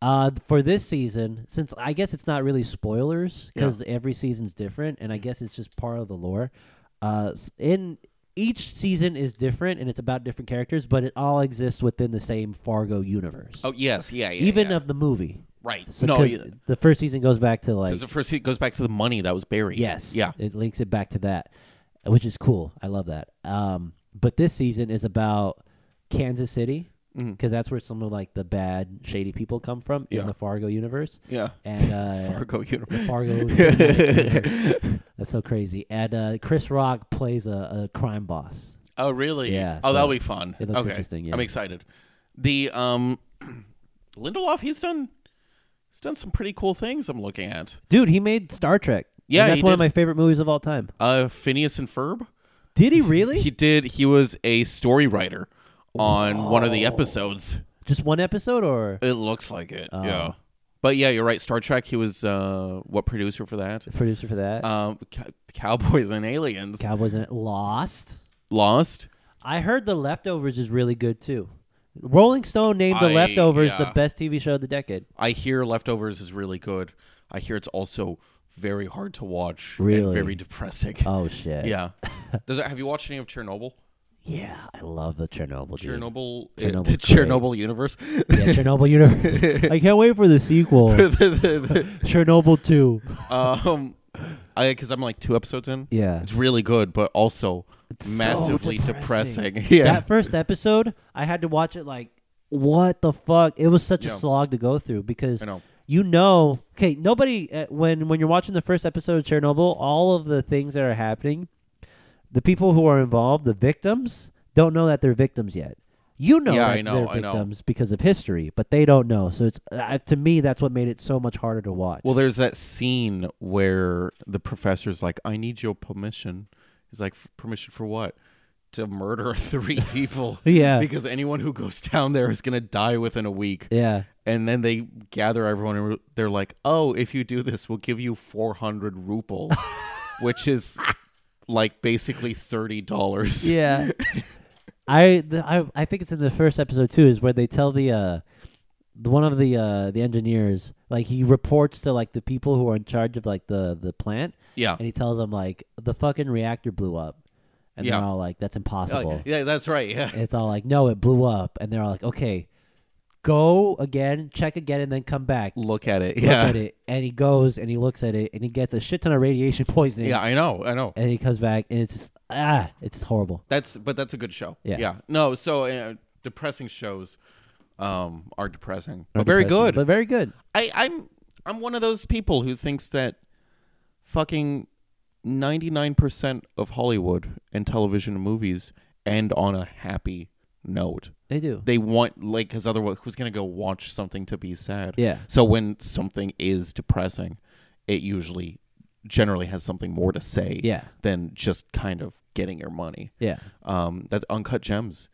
Speaker 2: Uh, for this season, since I guess it's not really spoilers because every season's different, and I guess it's just part of the lore. Uh, s- in each season is different, and it's about different characters, but it all exists within the same Fargo universe.
Speaker 3: Oh yes, yeah, yeah.
Speaker 2: even
Speaker 3: yeah.
Speaker 2: of the movie.
Speaker 3: right.
Speaker 2: So
Speaker 3: no,
Speaker 2: 'cause
Speaker 3: because
Speaker 2: the first season goes back to like
Speaker 3: the first it goes back to the money that was buried.
Speaker 2: Yes.
Speaker 3: Yeah.
Speaker 2: It links it back to that, which is cool. I love that. Um, but this season is about Kansas City
Speaker 3: Mhm.
Speaker 2: because that's where some of like the bad, shady people come from
Speaker 3: Yeah.
Speaker 2: in the Fargo universe.
Speaker 3: Yeah.
Speaker 2: And uh,
Speaker 3: Fargo universe.
Speaker 2: Fargo. cinematic that's so crazy. And uh, Chris Rock plays a, a crime boss.
Speaker 3: oh really?
Speaker 2: Yeah,
Speaker 3: Oh, that'll
Speaker 2: so
Speaker 3: be fun.
Speaker 2: it looks
Speaker 3: okay.
Speaker 2: interesting, yeah.
Speaker 3: I'm excited. The um, Lindelof, he's done, he's done some pretty cool things. I'm looking at.
Speaker 2: Dude, he made Star Trek. And
Speaker 3: Yeah,
Speaker 2: that's
Speaker 3: he
Speaker 2: one of
Speaker 3: did.
Speaker 2: my favorite movies of all time.
Speaker 3: Uh, Phineas and Ferb.
Speaker 2: Did he really?
Speaker 3: He did. He was a story writer on one of the episodes. Oh.
Speaker 2: Just one episode, or
Speaker 3: It looks like it. yeah. But yeah, you're right. Star Trek. He was uh, what producer for that?
Speaker 2: producer for that?
Speaker 3: Um, Cow- Cowboys and Aliens.
Speaker 2: Cowboys and Lost.
Speaker 3: Lost.
Speaker 2: I heard The Leftovers is really good too. Rolling Stone named The
Speaker 3: I-
Speaker 2: Leftovers the
Speaker 3: yeah.
Speaker 2: best TV show of the decade.
Speaker 3: I hear Leftovers is really good. I hear it's also very hard to watch. and
Speaker 2: Really?
Speaker 3: very depressing.
Speaker 2: Oh shit!
Speaker 3: yeah. Does it, have you watched any of Chernobyl?
Speaker 2: yeah. I love the Chernobyl. Dude.
Speaker 3: Chernobyl.
Speaker 2: Chernobyl's
Speaker 3: uh, the
Speaker 2: great.
Speaker 3: Chernobyl universe.
Speaker 2: yeah, Chernobyl universe. I can't wait for the sequel, Chernobyl Two.
Speaker 3: um, I because I'm like two episodes in.
Speaker 2: Yeah.
Speaker 3: It's really good, but also
Speaker 2: so
Speaker 3: massively
Speaker 2: depressing.
Speaker 3: depressing. Yeah.
Speaker 2: That first episode, I had to watch it like, what the fuck? It was such
Speaker 3: Yeah.
Speaker 2: a slog to go through because
Speaker 3: I know.
Speaker 2: you know, okay, nobody uh, when when you're watching the first episode of Chernobyl, all of the things that are happening, the people who are involved, the victims, don't know that they're victims yet. You know
Speaker 3: Yeah,
Speaker 2: that
Speaker 3: I know,
Speaker 2: they're
Speaker 3: I know.
Speaker 2: victims because of history, but they don't know. So it's uh, to me that's what made it so much harder to watch.
Speaker 3: Well, there's that scene where the professor's like, "I need your permission." He's like, "F- "Permission for what?" To murder three people.
Speaker 2: Yeah.
Speaker 3: Because anyone who goes down there is gonna die within a week.
Speaker 2: yeah.
Speaker 3: And then they gather everyone and they're like, "Oh, if you do this, we'll give you 400 ruples, which is like basically thirty dollars."
Speaker 2: Yeah. I, the, I I think it's in the first episode too is where they tell the uh the one of the uh the engineers like he reports to like the people who are in charge of like the the plant
Speaker 3: Yeah.
Speaker 2: and he tells them like the fucking reactor blew up and
Speaker 3: Yeah.
Speaker 2: they're all like that's
Speaker 3: Like,
Speaker 2: impossible.
Speaker 3: yeah, that's right. Yeah.
Speaker 2: It's all like no it blew up and they're all like okay go again check again and then come back.
Speaker 3: Look at it.
Speaker 2: Look
Speaker 3: Yeah.
Speaker 2: at it and he goes and he looks at it and he gets a shit ton of radiation poisoning
Speaker 3: Yeah, I know. I know.
Speaker 2: and he comes back and it's just ah it's horrible.
Speaker 3: That's but that's a good show.
Speaker 2: Yeah.
Speaker 3: No, so uh, depressing shows um are depressing. But
Speaker 2: Not
Speaker 3: very
Speaker 2: depressing,
Speaker 3: good.
Speaker 2: But very good.
Speaker 3: I I'm I'm one of those people who thinks that fucking 99% of Hollywood and television and movies end on a happy note.
Speaker 2: They do.
Speaker 3: They want like cuz otherwise who's going to go watch something to be sad?
Speaker 2: Yeah.
Speaker 3: So when something is depressing, it usually generally has something more to say
Speaker 2: Yeah.
Speaker 3: than just kind of getting your money.
Speaker 2: Yeah.
Speaker 3: um, that's uncut gems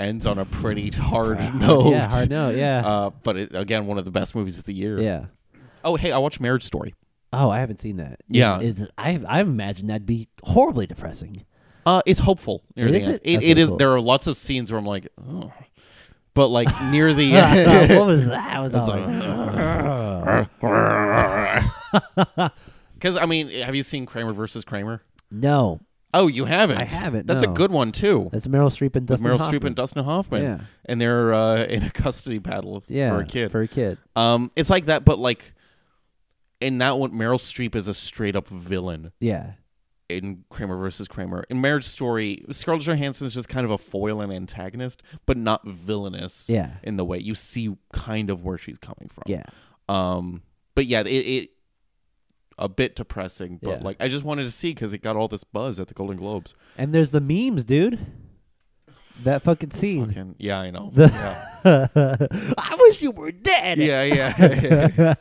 Speaker 3: ends on a pretty hard
Speaker 2: Uh,
Speaker 3: note.
Speaker 2: Yeah, hard note. Yeah.
Speaker 3: Oh, Uh, but it, again, one of the best movies of the year.
Speaker 2: yeah.
Speaker 3: Oh, hey, I watched Marriage Story.
Speaker 2: Oh, I haven't seen that.
Speaker 3: Yeah.
Speaker 2: Is, is- I I imagine that'd be horribly depressing.
Speaker 3: Uh, it's hopeful. near
Speaker 2: It
Speaker 3: the
Speaker 2: is
Speaker 3: end.
Speaker 2: it?
Speaker 3: It,
Speaker 2: Okay,
Speaker 3: it is.
Speaker 2: cool.
Speaker 3: There are lots of scenes where I'm like, oh. but like near the end,
Speaker 2: what was that? I was all
Speaker 3: like,
Speaker 2: like,
Speaker 3: because I mean, have you seen Kramer versus Kramer?
Speaker 2: no.
Speaker 3: Oh, you haven't.
Speaker 2: I haven't,
Speaker 3: That's a
Speaker 2: no.
Speaker 3: good one too.
Speaker 2: That's Meryl Streep and Dustin.
Speaker 3: Meryl
Speaker 2: Hoffman.
Speaker 3: Streep and Dustin Hoffman,
Speaker 2: Yeah.
Speaker 3: and they're uh, in a custody battle
Speaker 2: yeah,
Speaker 3: for a kid.
Speaker 2: For a kid.
Speaker 3: Um, it's like that, but like in that one, Meryl Streep is a straight up villain
Speaker 2: Yeah.
Speaker 3: in Kramer versus Kramer. In Marriage Story, Scarlett Johansson is just kind of a foil and antagonist, but not villainous.
Speaker 2: Yeah.
Speaker 3: in the way you see kind of where she's coming from.
Speaker 2: Yeah.
Speaker 3: Um, but yeah, it. it a bit depressing, but
Speaker 2: Yeah.
Speaker 3: like I just wanted to see because it got all this buzz at the Golden Globes.
Speaker 2: And there's the memes, dude. That fucking scene.
Speaker 3: Fucking yeah, I know.
Speaker 2: The-
Speaker 3: yeah,
Speaker 2: I wish you were dead.
Speaker 3: yeah,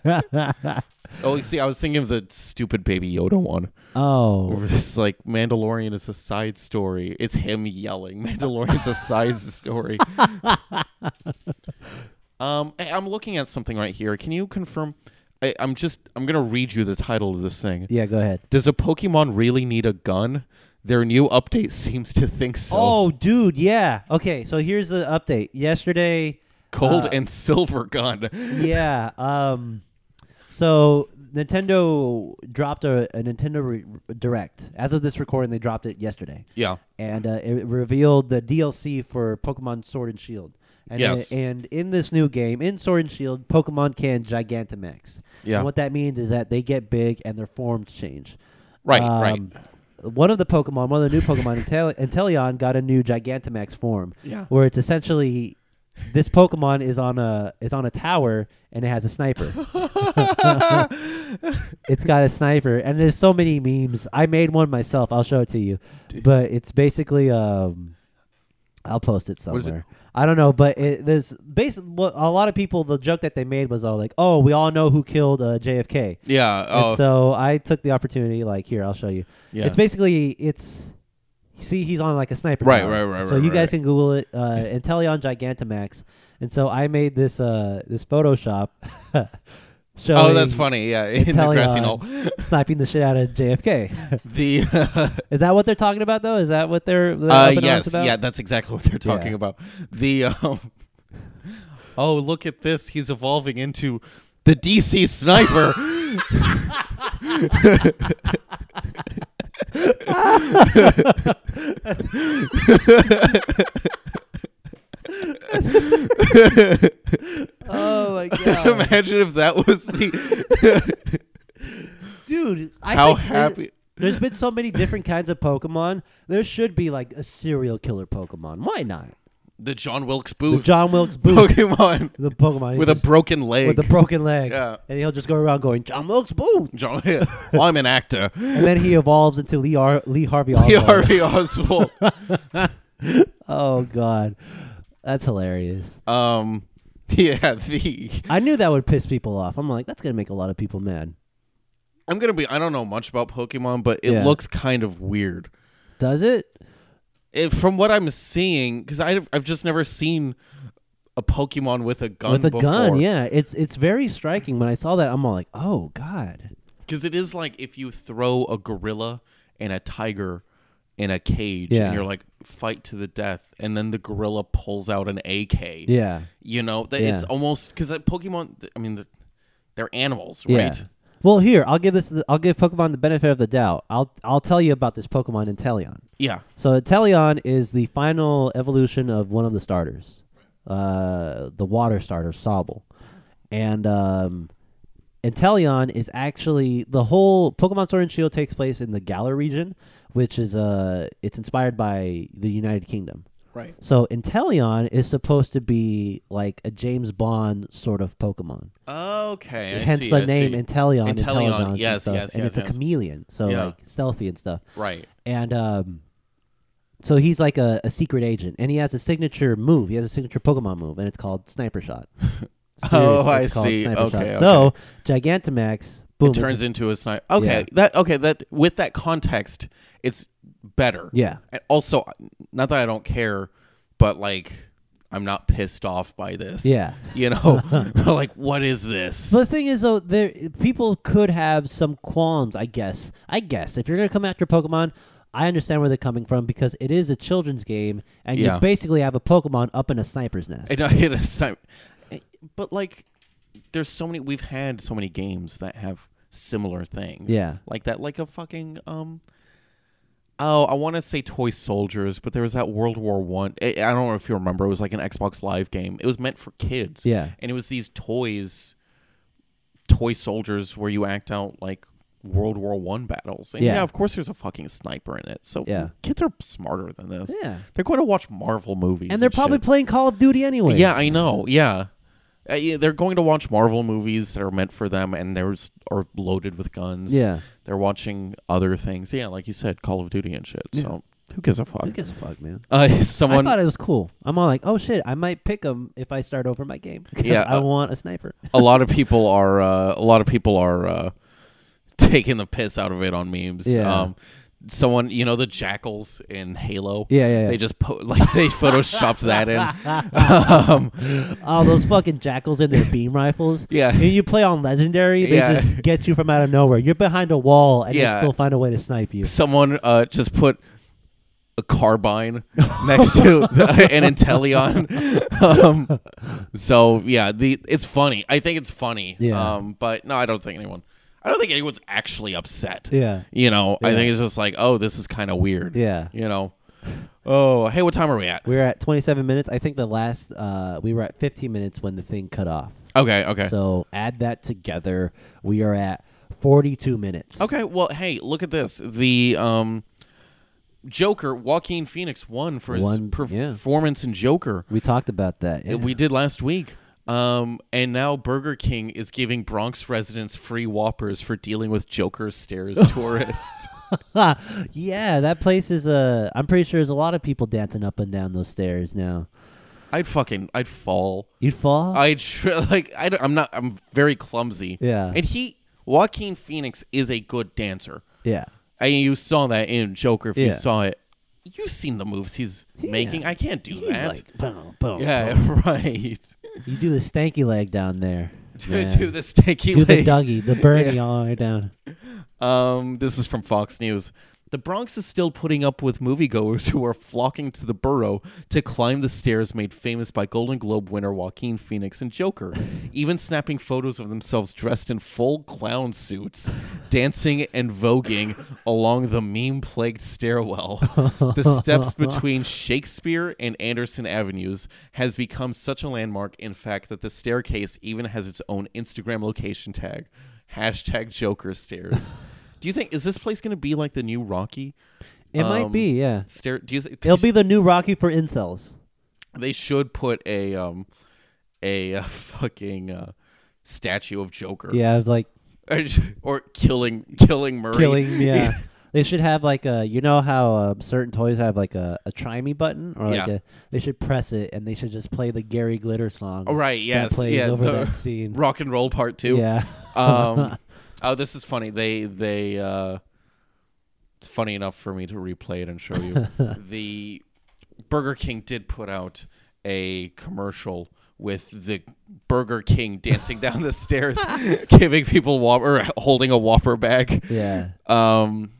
Speaker 3: yeah. oh, see, I was thinking of the stupid Baby Yoda one.
Speaker 2: oh.
Speaker 3: It's like Mandalorian is a side story. It's him yelling. Mandalorian's a side story. Um, I, I'm looking at something right here. Can you confirm? I, I'm just I'm gonna read you the title of this thing.
Speaker 2: Yeah, go ahead.
Speaker 3: Does a Pokemon really need a gun? Their new update seems to think so.
Speaker 2: Oh, dude, yeah. Okay, so here's the update. Yesterday,
Speaker 3: Gold
Speaker 2: uh,
Speaker 3: and silver gun.
Speaker 2: yeah. Um, so Nintendo dropped a, a Nintendo re- Direct. As of this recording, they dropped it yesterday,
Speaker 3: yeah.
Speaker 2: and uh, it revealed the DLC for Pokemon Sword and Shield. And
Speaker 3: Yes.
Speaker 2: it- and in this new game, in Sword and Shield, Pokemon can Gigantamax.
Speaker 3: Yeah.
Speaker 2: And what that means is that they get big and their forms change. Um,
Speaker 3: Right, right.
Speaker 2: One of the Pokemon, one of the new Pokemon, Intel- Inteleon, got a new Gigantamax form.
Speaker 3: Yeah.
Speaker 2: Where it's essentially this Pokemon is on a is on a tower and it has a sniper. it's got a sniper, and there's so many memes. I made one myself. I'll show it to you, but it's basically um, I'll post it somewhere.
Speaker 3: is it?
Speaker 2: I don't know, but it, there's basically what a lot of people. The joke that they made was all like, "Oh, we all know who killed uh, JFK."
Speaker 3: Yeah. Oh.
Speaker 2: And so I took the opportunity, like, here, I'll show you.
Speaker 3: Yeah.
Speaker 2: It's basically, it's, see, he's on like a sniper.
Speaker 3: Right,
Speaker 2: tower.
Speaker 3: right, right,
Speaker 2: So
Speaker 3: right,
Speaker 2: you guys
Speaker 3: right.
Speaker 2: can Google it, uh, Inteleon Gigantamax. And so I made this, uh, this Photoshop showing
Speaker 3: oh, that's funny. Yeah. In the grassy knoll.
Speaker 2: Inteleon sniping the shit out of JFK.
Speaker 3: The
Speaker 2: Is that what they're talking about, though? Is that what they're, they're
Speaker 3: uh,
Speaker 2: up in arms
Speaker 3: yes,
Speaker 2: about?
Speaker 3: yeah, that's exactly what they're talking
Speaker 2: Yeah.
Speaker 3: about. The um, oh, look at this. He's evolving into the DC sniper.
Speaker 2: Oh, my God.
Speaker 3: Imagine if that was the
Speaker 2: Dude, I
Speaker 3: how
Speaker 2: think-
Speaker 3: happy.
Speaker 2: There's been so many different kinds of Pokemon. There should be like a serial killer Pokemon. Why not?
Speaker 3: The John Wilkes
Speaker 2: The
Speaker 3: Booth
Speaker 2: John Wilkes Booth,
Speaker 3: Pokemon
Speaker 2: the Pokemon he's
Speaker 3: with a
Speaker 2: just-
Speaker 3: broken leg.
Speaker 2: with a broken leg,
Speaker 3: Yeah.
Speaker 2: and he'll just go around going John Wilkes Booth,
Speaker 3: John, well, I'm an actor.
Speaker 2: and then he evolves into Lee, Ar- Lee Harvey Oswald.
Speaker 3: Harvey Oswald.
Speaker 2: Oh God, that's hilarious.
Speaker 3: um, yeah, the
Speaker 2: I knew that would piss people off. I'm like, that's gonna make a lot of people mad.
Speaker 3: I'm gonna be. I don't know much about Pokemon, but it
Speaker 2: Yeah.
Speaker 3: looks kind of weird.
Speaker 2: Does it?
Speaker 3: It, eh, from what I'm seeing, because I've I've just never seen a Pokemon with a gun
Speaker 2: With a
Speaker 3: before.
Speaker 2: gun, yeah. It's it's very striking. When I saw that, I'm all like, oh God.
Speaker 3: Because it is like if you throw a gorilla and a tiger in a cage,
Speaker 2: Yeah.
Speaker 3: and you're like fight to the death, and then the gorilla pulls out an AK.
Speaker 2: Yeah.
Speaker 3: You know, that it's
Speaker 2: Yeah.
Speaker 3: almost because that Pokemon. th- I mean, the, they're animals,
Speaker 2: Yeah.
Speaker 3: right?
Speaker 2: Well, here I'll give this. I'll give Pokemon the benefit of the doubt. I'll I'll tell you about this Pokemon Inteleon.
Speaker 3: Yeah.
Speaker 2: So Inteleon is the final evolution of one of the starters, uh, the water starter Sobble, and um, Inteleon is actually the whole Pokemon Sword and Shield takes place in the Galar region, which is uh, it's inspired by the United Kingdom.
Speaker 3: Right.
Speaker 2: So Inteleon is supposed to be like a James Bond sort of Pokemon
Speaker 3: Okay. I
Speaker 2: hence
Speaker 3: see,
Speaker 2: the
Speaker 3: I
Speaker 2: name
Speaker 3: see.
Speaker 2: Inteleon.
Speaker 3: Inteleon,
Speaker 2: Inteleon, and
Speaker 3: yes,
Speaker 2: stuff,
Speaker 3: yes,
Speaker 2: and
Speaker 3: yes,
Speaker 2: it's a
Speaker 3: yes.
Speaker 2: chameleon, so
Speaker 3: Yeah.
Speaker 2: like stealthy and stuff.
Speaker 3: Right.
Speaker 2: And um, so he's like a, a secret agent, and he has a signature move. He has a signature Pokemon move, and it's called Sniper Shot.
Speaker 3: Oh,
Speaker 2: Seriously,
Speaker 3: I
Speaker 2: it's called
Speaker 3: see.
Speaker 2: Sniper
Speaker 3: Okay,
Speaker 2: Shot. So Gigantamax, boom,
Speaker 3: it turns
Speaker 2: just-
Speaker 3: into a sniper. Okay,
Speaker 2: Yeah.
Speaker 3: that okay that with that context, it's better.
Speaker 2: yeah,
Speaker 3: And also, uh, not that I don't care, but like I'm not pissed off by this.
Speaker 2: yeah.
Speaker 3: you know, like what is this?
Speaker 2: But the thing is, though, there people could have some qualms. I guess. I guess if you're gonna come after Pokemon, I understand where they're coming from because it is a children's game, and
Speaker 3: Yeah.
Speaker 2: you basically have a Pokemon up in a sniper's nest.
Speaker 3: And I hit a sniper. Eh, But like, there's so many. We've had so many games that have similar things.
Speaker 2: Yeah.
Speaker 3: like that. Like a fucking um. Oh, I want to say toy soldiers, but there was that World War One. Eh, I, I don't know if you remember. It was like an Xbox Live game. It was meant for kids.
Speaker 2: Yeah.
Speaker 3: and it was these toys, toy soldiers, where you act out like World War One battles. And yeah.
Speaker 2: Yeah.
Speaker 3: of course, there's a fucking sniper in it. So
Speaker 2: Yeah.
Speaker 3: kids are smarter than this.
Speaker 2: Yeah.
Speaker 3: they're going to watch Marvel movies,
Speaker 2: And they're probably
Speaker 3: shit.
Speaker 2: playing Call of Duty anyway.
Speaker 3: Yeah, I know. Yeah. Uh, yeah, they're going to watch Marvel movies that are meant for them, and there's are loaded with guns.
Speaker 2: Yeah.
Speaker 3: they're watching other things. Yeah, like you said, Call of Duty and shit. So who gives a fuck?
Speaker 2: Who gives a fuck, man?
Speaker 3: Uh,
Speaker 2: I
Speaker 3: someone.
Speaker 2: thought it was cool. I'm all like, oh shit, I might pick them if I start over my game. 'cause
Speaker 3: Yeah,
Speaker 2: I
Speaker 3: uh,
Speaker 2: want a sniper.
Speaker 3: a lot of people are. Uh, a lot of people are uh, taking the piss out of it on memes.
Speaker 2: Yeah.
Speaker 3: Um, someone you know the jackals in Halo.
Speaker 2: Yeah, yeah, yeah.
Speaker 3: They just po- like they photoshopped that in. um,
Speaker 2: Oh, those fucking jackals and their beam rifles.
Speaker 3: Yeah.
Speaker 2: And you play on legendary, they
Speaker 3: Yeah.
Speaker 2: just get you from out of nowhere. You're behind a wall and
Speaker 3: Yeah.
Speaker 2: they still find a way to snipe you.
Speaker 3: someone uh, just put a carbine next to an Intellion. um, so yeah, the it's funny. I think it's funny.
Speaker 2: Yeah.
Speaker 3: Um, but no, I don't think anyone. I don't think anyone's actually upset.
Speaker 2: Yeah.
Speaker 3: You know, I
Speaker 2: Yeah.
Speaker 3: think it's just like, oh, this is kind of weird.
Speaker 2: Yeah.
Speaker 3: You know. Oh, hey, what time are we at?
Speaker 2: We're at 27 minutes. I think the last uh, we were at 15 minutes when the thing cut off.
Speaker 3: Okay. Okay.
Speaker 2: So add that together, we are at 42 minutes.
Speaker 3: Okay, well, hey, look at this. The um, Joker, Joaquin Phoenix won for his
Speaker 2: Won,
Speaker 3: perf-
Speaker 2: yeah.
Speaker 3: performance in Joker.
Speaker 2: We talked about that. yeah.
Speaker 3: that Uh, we did last week. Um, and now Burger King is giving Bronx residents free Whoppers for dealing with Joker stairs tourists.
Speaker 2: yeah, that place is Uh, I'm pretty sure there's a lot of people dancing up and down those stairs now.
Speaker 3: I'd fucking, I'd fall.
Speaker 2: You'd fall.
Speaker 3: I'd tr- like, I don't, I'm not, I'm very clumsy.
Speaker 2: Yeah.
Speaker 3: And he, Joaquin Phoenix is a good dancer.
Speaker 2: yeah.
Speaker 3: And you saw that in Joker. If you
Speaker 2: Yeah.
Speaker 3: saw it, you've seen the moves he's making. I can't do
Speaker 2: He's
Speaker 3: that.
Speaker 2: like boom, boom. boom.
Speaker 3: yeah, right.
Speaker 2: You do the stanky leg down there. man.
Speaker 3: do the stanky
Speaker 2: Do the
Speaker 3: leg.
Speaker 2: Dougie, the Bernie all the way down.
Speaker 3: Um, this is from Fox News. The Bronx is still putting up with moviegoers who are flocking to the borough to climb the stairs made famous by Golden Globe winner Joaquin Phoenix and Joker, even snapping photos of themselves dressed in full clown suits, dancing and voguing along the meme plagued stairwell. The steps between Shakespeare and Anderson Avenues has become such a landmark, in fact, that the staircase even has its own Instagram location tag hashtag Joker stairs. Do you think is this place going to be like the new Rocky?
Speaker 2: It might
Speaker 3: Um,
Speaker 2: be, yeah.
Speaker 3: Stair? Do you think
Speaker 2: It'll be the new Rocky for incels.
Speaker 3: They should put a um a, uh fucking uh, statue of Joker.
Speaker 2: Yeah, like
Speaker 3: Or, or killing killing Murray.
Speaker 2: killing. Yeah, they should have like a. You know how uh, certain toys have like a a try me button, or like
Speaker 3: Yeah.
Speaker 2: a. They should press it, and they should just play the Gary Glitter song.
Speaker 3: Oh, right. Yes.
Speaker 2: that plays
Speaker 3: yeah.
Speaker 2: over
Speaker 3: the
Speaker 2: that scene.
Speaker 3: Rock and roll part two.
Speaker 2: Yeah,
Speaker 3: um, oh, this is funny. They they uh, it's funny enough for me to replay it and show you. the Burger King did put out a commercial with the Burger King dancing down the stairs, giving people whopper, or holding a Whopper bag.
Speaker 2: yeah.
Speaker 3: Um,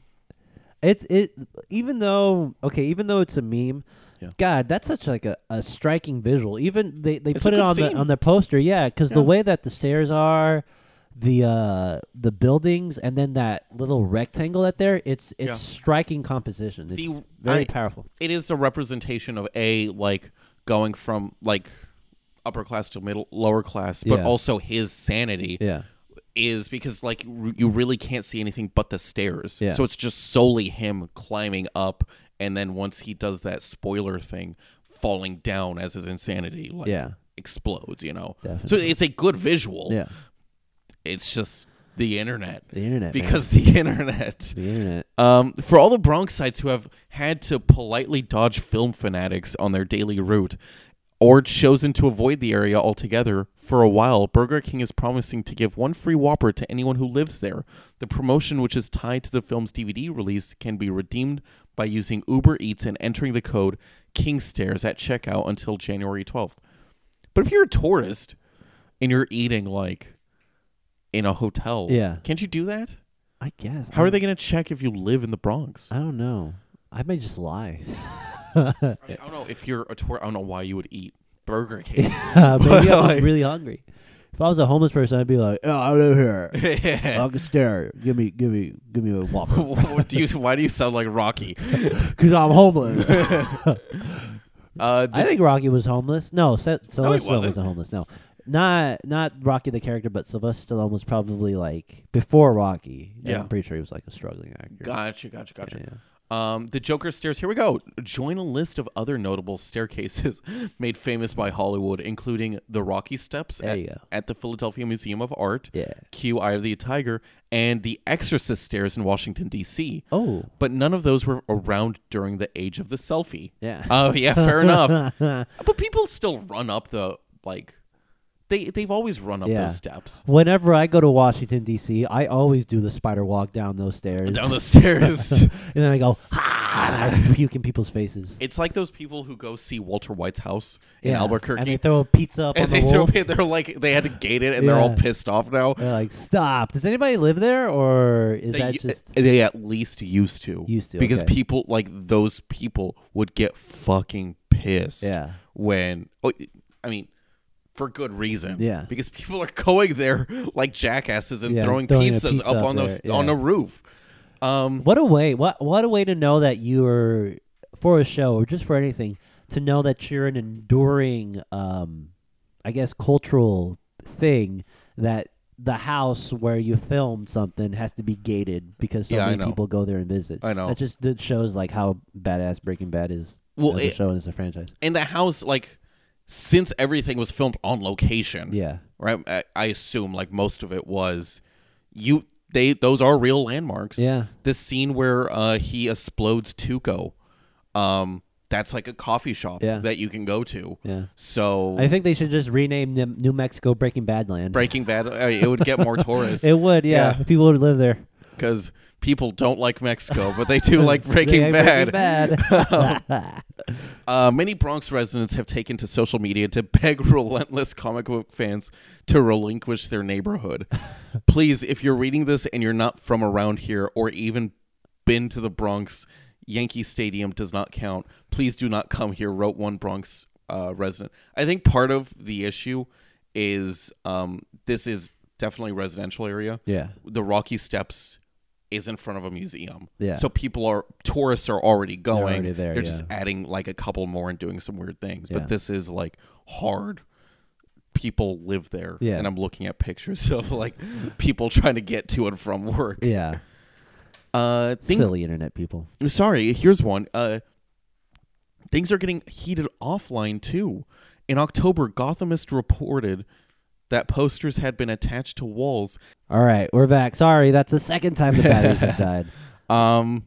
Speaker 2: It's it even though okay, even though it's a meme.
Speaker 3: Yeah.
Speaker 2: God, that's such like a, a striking visual. Even they, they
Speaker 3: It's
Speaker 2: put
Speaker 3: a
Speaker 2: it
Speaker 3: good
Speaker 2: on the
Speaker 3: scene.
Speaker 2: on their poster, yeah, because
Speaker 3: Yeah.
Speaker 2: the way that the stairs are, the uh the buildings, and then that little rectangle that there, it's it's
Speaker 3: Yeah.
Speaker 2: striking composition. It's
Speaker 3: The-
Speaker 2: very
Speaker 3: I-
Speaker 2: powerful.
Speaker 3: it is the representation of a like going from like upper class to middle lower class, but
Speaker 2: Yeah.
Speaker 3: also his sanity.
Speaker 2: Yeah,
Speaker 3: is because like r- you really can't see anything but the stairs.
Speaker 2: Yeah.
Speaker 3: So it's just solely him climbing up and then once he does that spoiler thing falling down as his insanity like
Speaker 2: Yeah.
Speaker 3: explodes, you know. So
Speaker 2: Definitely.
Speaker 3: it's a good visual.
Speaker 2: yeah.
Speaker 3: It's just the internet.
Speaker 2: The internet, man.
Speaker 3: Because the internet.
Speaker 2: the internet.
Speaker 3: Um, for all the Bronxites who have had to politely dodge film fanatics on their daily route or chosen to avoid the area altogether, for a while, Burger King is promising to give one free Whopper to anyone who lives there. The promotion, which is tied to the film's DVD release, can be redeemed by using Uber Eats and entering the code KingStairs at checkout until January 12th. But if you're a tourist and you're eating, like, in a hotel,
Speaker 2: Yeah.
Speaker 3: can't you do that?
Speaker 2: I guess.
Speaker 3: How
Speaker 2: I
Speaker 3: are they going to check if you live in the Bronx?
Speaker 2: don't- I don't know. I may just lie.
Speaker 3: I, mean, I don't know if you're a tour. I don't know why you would eat Burger King.
Speaker 2: Maybe I was
Speaker 3: Like-
Speaker 2: really hungry. If I was a homeless person, I'd be like, "Oh, I live here. I'll get stare. Give me, give me, give me a whopper."
Speaker 3: What do you? Why do you sound like Rocky?
Speaker 2: Because I'm homeless.
Speaker 3: Uh,
Speaker 2: I
Speaker 3: the,
Speaker 2: think Rocky was homeless. No, Sy- Sylvester Stallone
Speaker 3: wasn't.
Speaker 2: wasn't homeless. No, not not Rocky the character, but Sylvester Stallone was probably like before Rocky.
Speaker 3: Yeah.
Speaker 2: I'm pretty sure he was like a struggling actor.
Speaker 3: gotcha, gotcha, gotcha.
Speaker 2: Yeah, yeah.
Speaker 3: Um, the Joker stairs. Here we go. Join a list of other notable staircases made famous by Hollywood, including the Rocky Steps
Speaker 2: There
Speaker 3: at,
Speaker 2: you go.
Speaker 3: at the Philadelphia Museum of Art,
Speaker 2: Yeah.
Speaker 3: Q Eye of the Tiger, and the Exorcist stairs in Washington D.C.
Speaker 2: Oh,
Speaker 3: But none of those were around during the age of the selfie.
Speaker 2: yeah.
Speaker 3: Oh yeah, fair enough. But people still run up the like They they've always run up
Speaker 2: Yeah.
Speaker 3: those steps.
Speaker 2: Whenever I go to Washington D.C., I always do the spider walk down those stairs,
Speaker 3: Down the stairs.
Speaker 2: and then I go, ah, I puke in people's faces.
Speaker 3: It's like those people who go see Walter White's house in
Speaker 2: Yeah.
Speaker 3: Albuquerque.
Speaker 2: and they throw a pizza up
Speaker 3: and
Speaker 2: on
Speaker 3: they
Speaker 2: the
Speaker 3: throw
Speaker 2: wall.
Speaker 3: it. They're like they had to gate it, and they're all
Speaker 2: Yeah.
Speaker 3: pissed off now.
Speaker 2: They're like, stop. Does anybody live there, or is
Speaker 3: They,
Speaker 2: that just
Speaker 3: they at least used to
Speaker 2: Used to,
Speaker 3: because
Speaker 2: okay.
Speaker 3: people like those people would get fucking pissed.
Speaker 2: Yeah.
Speaker 3: When oh, I mean, for good reason.
Speaker 2: Yeah.
Speaker 3: Because people are going there like jackasses and
Speaker 2: Yeah,
Speaker 3: throwing,
Speaker 2: throwing a
Speaker 3: pizzas
Speaker 2: pizza
Speaker 3: up
Speaker 2: up
Speaker 3: on the
Speaker 2: there, yeah.
Speaker 3: on a roof. Um.
Speaker 2: what a way? What what a way to know that you are for a show or just for anything to know that you're an enduring, um, I guess, cultural thing that the house where you filmed something has to be gated because so
Speaker 3: Yeah, I
Speaker 2: many
Speaker 3: know.
Speaker 2: people go there and visit.
Speaker 3: I know.
Speaker 2: That just that shows like how badass Breaking Bad is.
Speaker 3: Well,
Speaker 2: as a
Speaker 3: it-
Speaker 2: show and as a franchise.
Speaker 3: And the house, like, since everything was filmed on location.
Speaker 2: Yeah.
Speaker 3: Right. I, I assume like most of it was you. They those are real landmarks.
Speaker 2: Yeah.
Speaker 3: this scene where uh, he explodes Tuco. Um, that's like a coffee shop
Speaker 2: Yeah.
Speaker 3: that you can go to.
Speaker 2: Yeah.
Speaker 3: So
Speaker 2: I think they should just rename them New Mexico Breaking Bad Land.
Speaker 3: Breaking Bad, uh, it would get more tourists
Speaker 2: It would, yeah.
Speaker 3: Yeah.
Speaker 2: If people would live there.
Speaker 3: because people don't like Mexico, but they do like Breaking
Speaker 2: Yeah,
Speaker 3: Bad.
Speaker 2: Breaking Bad.
Speaker 3: Uh, many Bronx residents have taken to social media to beg relentless comic book fans to relinquish their neighborhood. Please, if you're reading this and you're not from around here or even been to the Bronx, Yankee Stadium does not count. Please do not come here, wrote one Bronx uh, resident. I think part of the issue is um, this is definitely a residential area.
Speaker 2: yeah.
Speaker 3: The Rocky Steps is in front of a museum.
Speaker 2: Yeah.
Speaker 3: So people are tourists are already going.
Speaker 2: already there,
Speaker 3: They're just
Speaker 2: yeah.
Speaker 3: adding like a couple more and doing some weird things.
Speaker 2: Yeah.
Speaker 3: But this is like hard. People live there.
Speaker 2: Yeah.
Speaker 3: And I'm looking at pictures of like people trying to get to and from work.
Speaker 2: Yeah.
Speaker 3: Uh things
Speaker 2: Silly internet people.
Speaker 3: sorry, here's one. Uh things are getting heated offline too. In October, Gothamist reported that posters had been attached to walls
Speaker 2: All right, we're back. Sorry, that's the second time the batteries have died.
Speaker 3: Um,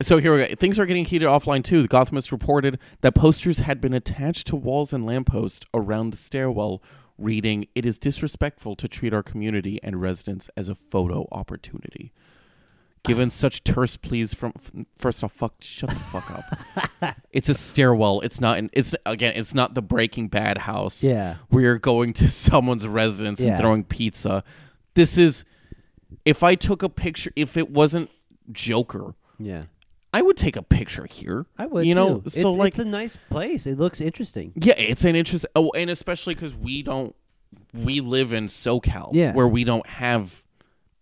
Speaker 3: so here we go. Things are getting heated offline too. The Gothamist reported that posters had been attached to walls and lampposts around the stairwell, reading, "It is disrespectful to treat our community and residents as a photo opportunity." Given such terse pleas from f- first off, fuck, shut the fuck up. it's a stairwell. It's not an. It's again. It's not the Breaking Bad house.
Speaker 2: Yeah.
Speaker 3: where you're going to someone's residence
Speaker 2: Yeah.
Speaker 3: and throwing pizza. This is if I took a picture, if it wasn't Joker,
Speaker 2: Yeah,
Speaker 3: I would take a picture here.
Speaker 2: I would.
Speaker 3: you know.
Speaker 2: too.
Speaker 3: So
Speaker 2: it's,
Speaker 3: like,
Speaker 2: it's a nice place. It looks interesting.
Speaker 3: yeah, it's an interest. Oh, and especially because we don't, we live in SoCal,
Speaker 2: Yeah.
Speaker 3: where we don't have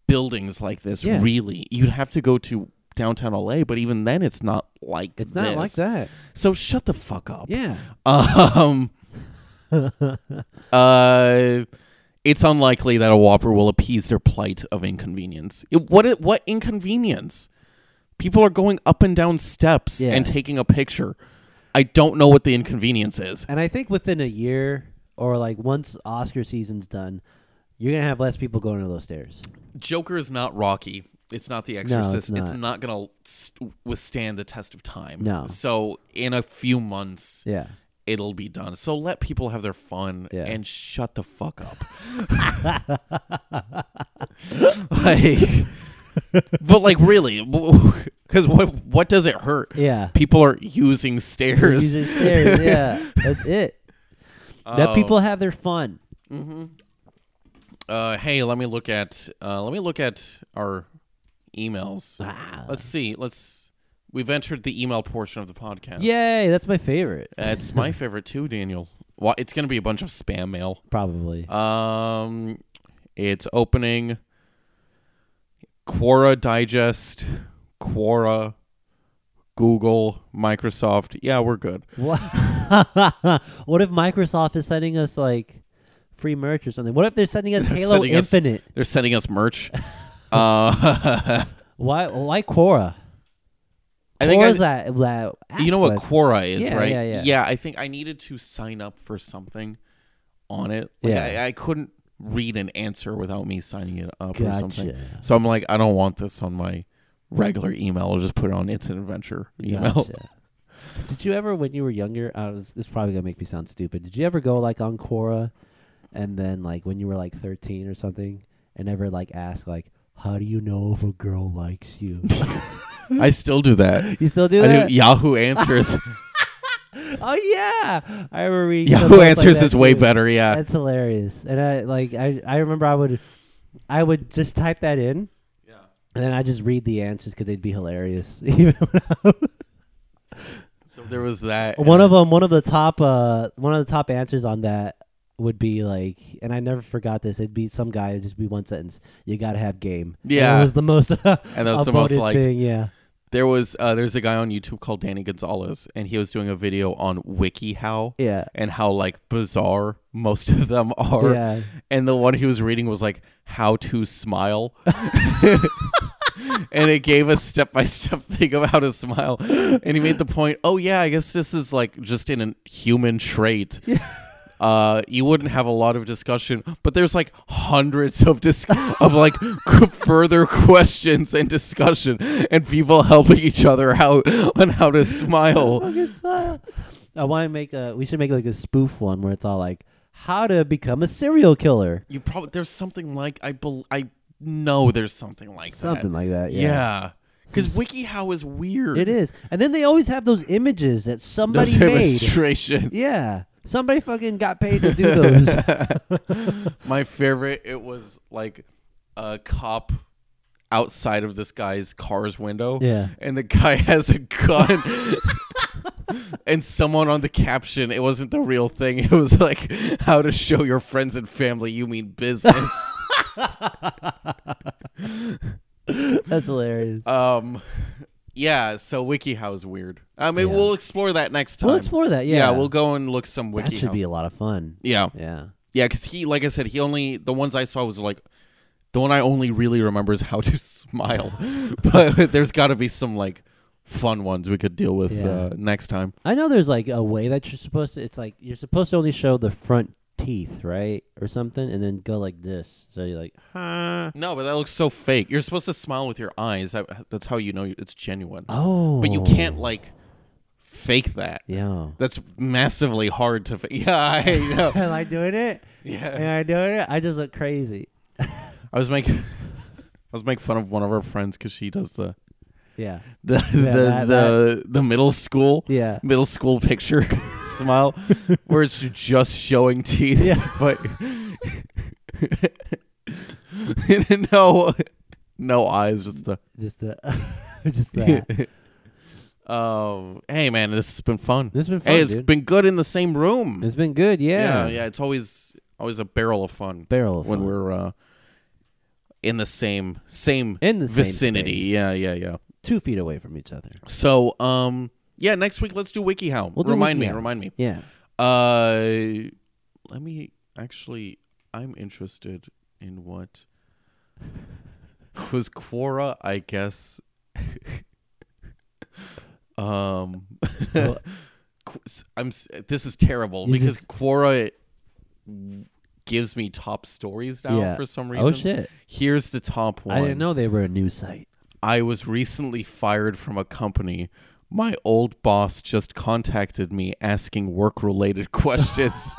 Speaker 3: buildings like this.
Speaker 2: Yeah.
Speaker 3: Really, you'd have to go to downtown LA, but even then, it's not like
Speaker 2: It's not like
Speaker 3: this.
Speaker 2: that.
Speaker 3: So shut the fuck up.
Speaker 2: Yeah,
Speaker 3: Um, uh, it's unlikely that a Whopper will appease their plight of inconvenience. It- what? i- What inconvenience? People are going up and down steps
Speaker 2: Yeah.
Speaker 3: and taking a picture. I don't know what the inconvenience is.
Speaker 2: and I think within a year or like once Oscar season's done, you're gonna have less people going to those stairs.
Speaker 3: Joker is not Rocky. It's not The
Speaker 2: it's
Speaker 3: Exorcist. it's not,
Speaker 2: not.
Speaker 3: going to withstand the test of time.
Speaker 2: No.
Speaker 3: So in a few months,
Speaker 2: Yeah,
Speaker 3: it'll be done. So let people have their fun
Speaker 2: Yeah.
Speaker 3: and shut the fuck up. like, but like really, because what what does it hurt?
Speaker 2: yeah.
Speaker 3: People are using stairs.
Speaker 2: Using stairs. yeah, that's it. That
Speaker 3: Oh.
Speaker 2: people have their fun.
Speaker 3: uh, hey, let me look at uh, let me look at our emails.
Speaker 2: Ah.
Speaker 3: Let's see. Let's we've entered the email portion of the podcast.
Speaker 2: Yay, that's my favorite.
Speaker 3: Uh, it's my favorite too, Daniel. Well, it's gonna be a bunch of spam mail.
Speaker 2: Probably.
Speaker 3: Um, it's opening Quora Digest, Quora, Google, Microsoft. Yeah, we're good.
Speaker 2: What? what if Microsoft is sending us like free merch or something? What if they're sending us
Speaker 3: They're
Speaker 2: Halo
Speaker 3: sending us-
Speaker 2: Infinite?
Speaker 3: They're sending us merch. uh,
Speaker 2: Why? Why Quora?
Speaker 3: I think
Speaker 2: Quora's
Speaker 3: I,
Speaker 2: that, that
Speaker 3: you know what
Speaker 2: aspect.
Speaker 3: Quora is,
Speaker 2: Yeah,
Speaker 3: right?
Speaker 2: yeah, yeah.
Speaker 3: yeah, I think I needed to sign up for something on it. Like,
Speaker 2: Yeah.
Speaker 3: I, I couldn't read an answer without me signing it up or something.
Speaker 2: Gotcha.
Speaker 3: So I'm like, I don't want this on my regular email. I'll just put it on It's an Adventure email.
Speaker 2: Gotcha. Did you ever, when you were younger, uh, this, this is probably gonna make me sound stupid. Did you ever go like on Quora and then like when you were like 13 or something and ever like asked like how do you know if a girl likes you
Speaker 3: Mm-hmm. I still do that.
Speaker 2: you still do
Speaker 3: I
Speaker 2: that
Speaker 3: do Yahoo Answers.
Speaker 2: oh yeah i remember reading
Speaker 3: Yahoo
Speaker 2: something like
Speaker 3: Answers
Speaker 2: that,
Speaker 3: is way
Speaker 2: too.
Speaker 3: better. Yeah.
Speaker 2: that's hilarious and i like i i remember i would i would just type that in and then I just read the answers because they'd be hilarious. Even when I was-
Speaker 3: So there was that.
Speaker 2: one of them one of the top uh one of the top answers on that would be like and i never forgot this it'd be some guy it'd just be one sentence you gotta have game And
Speaker 3: Yeah.
Speaker 2: it was the most and that
Speaker 3: that was the most liked.
Speaker 2: thing yeah
Speaker 3: There was uh, there's a guy on YouTube called Danny Gonzalez, and he was doing a video on WikiHow
Speaker 2: yeah
Speaker 3: and how like bizarre most of them are.
Speaker 2: yeah
Speaker 3: And the one he was reading was like how to smile. and it gave a step by step thing of how to smile. And he made the point, oh yeah, I guess this is like just in a human trait. Uh, you wouldn't have a lot of discussion, but there's like hundreds of dis- of like c- further questions and discussion, and people helping each other out on how to smile.
Speaker 2: Fucking smile. uh, i want to make a we should make like a spoof one where it's all like how to become a serial killer
Speaker 3: You probably there's something like I bel I know there's something like that.
Speaker 2: something like that yeah,
Speaker 3: Yeah. Because WikiHow is weird.
Speaker 2: it is and then they always have those images that
Speaker 3: Those
Speaker 2: somebody made
Speaker 3: demonstrations.
Speaker 2: yeah somebody fucking got paid to do those
Speaker 3: My favorite, it was like a cop outside of this guy's car's window.
Speaker 2: Yeah.
Speaker 3: And the guy has a gun. and someone on the caption, it wasn't the real thing. It was like, how to show your friends and family you mean business.
Speaker 2: that's hilarious
Speaker 3: um, yeah, so WikiHow is weird. I mean,
Speaker 2: Yeah.
Speaker 3: we'll explore that next time.
Speaker 2: We'll explore that. Yeah,
Speaker 3: Yeah, we'll go and look some WikiHow.
Speaker 2: That should be a lot of fun.
Speaker 3: yeah.
Speaker 2: Yeah.
Speaker 3: Yeah, because he, like I said, he only the ones I saw was like the one I only really remember is how to smile. but there's got to be some like fun ones we could deal with
Speaker 2: Yeah.
Speaker 3: uh, next time.
Speaker 2: I know there's like a way that you're supposed to. It's like you're supposed to only show the front teeth, right, or something, and then go like this. So you're like, huh?
Speaker 3: No, but that looks so fake. You're supposed to smile with your eyes. That, that's how you know it's genuine.
Speaker 2: Oh.
Speaker 3: But you can't like fake that.
Speaker 2: Yeah.
Speaker 3: That's massively hard to. Fa- yeah, I know.
Speaker 2: Am I doing it? Am
Speaker 3: Yeah,
Speaker 2: I doing it? I just look crazy.
Speaker 3: I was making. I was making fun of one of our friends because she does the
Speaker 2: Yeah.
Speaker 3: the
Speaker 2: that-
Speaker 3: the, the the middle school
Speaker 2: Yeah.
Speaker 3: middle school picture smile where it's just showing teeth
Speaker 2: Yeah.
Speaker 3: but no no eyes just the
Speaker 2: Just the. just that.
Speaker 3: um hey man this has been fun
Speaker 2: This has been fun,
Speaker 3: hey it's
Speaker 2: dude.
Speaker 3: been good in the same room
Speaker 2: It's been good. Yeah.
Speaker 3: yeah yeah, it's always always a barrel of fun
Speaker 2: Barrel of
Speaker 3: when
Speaker 2: fun.
Speaker 3: we're uh in the same same
Speaker 2: In the same
Speaker 3: vicinity
Speaker 2: space.
Speaker 3: yeah yeah yeah
Speaker 2: two feet away from each other.
Speaker 3: so um yeah next week let's do wikihow
Speaker 2: We'll do
Speaker 3: remind me
Speaker 2: WikiHow.
Speaker 3: remind me
Speaker 2: Yeah.
Speaker 3: Uh, let me actually. I'm interested in what was Quora. I guess. um,
Speaker 2: Well-
Speaker 3: Qu- s- I'm. s- This is terrible
Speaker 2: You
Speaker 3: because
Speaker 2: just-
Speaker 3: Quora gives me top stories now
Speaker 2: Yeah.
Speaker 3: for some reason.
Speaker 2: Oh shit!
Speaker 3: Here's the top one.
Speaker 2: I didn't know they were a news site.
Speaker 3: I was recently fired from a company. My old boss just contacted me asking work related questions.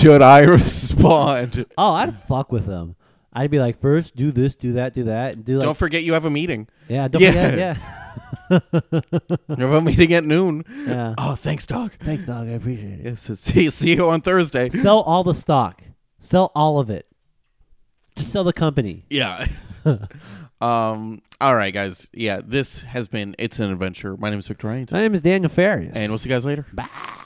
Speaker 3: Should I respond?
Speaker 2: Oh, I'd fuck with them. I'd be like, first do this, do that, do that, and do like,
Speaker 3: Don't forget you have a meeting.
Speaker 2: yeah, don't
Speaker 3: Yeah.
Speaker 2: forget, yeah,
Speaker 3: You have a meeting at noon.
Speaker 2: yeah.
Speaker 3: Oh, thanks, Doc.
Speaker 2: Thanks, dog. I appreciate it.
Speaker 3: Yes, see, see you on Thursday.
Speaker 2: Sell all the stock. Sell all of it. Just sell the company.
Speaker 3: Yeah. um. All right, guys. Yeah, this has been It's an Adventure. My name is Victor Ryan.
Speaker 2: My name is Daniel Farias.
Speaker 3: And we'll see you guys later.
Speaker 2: bye.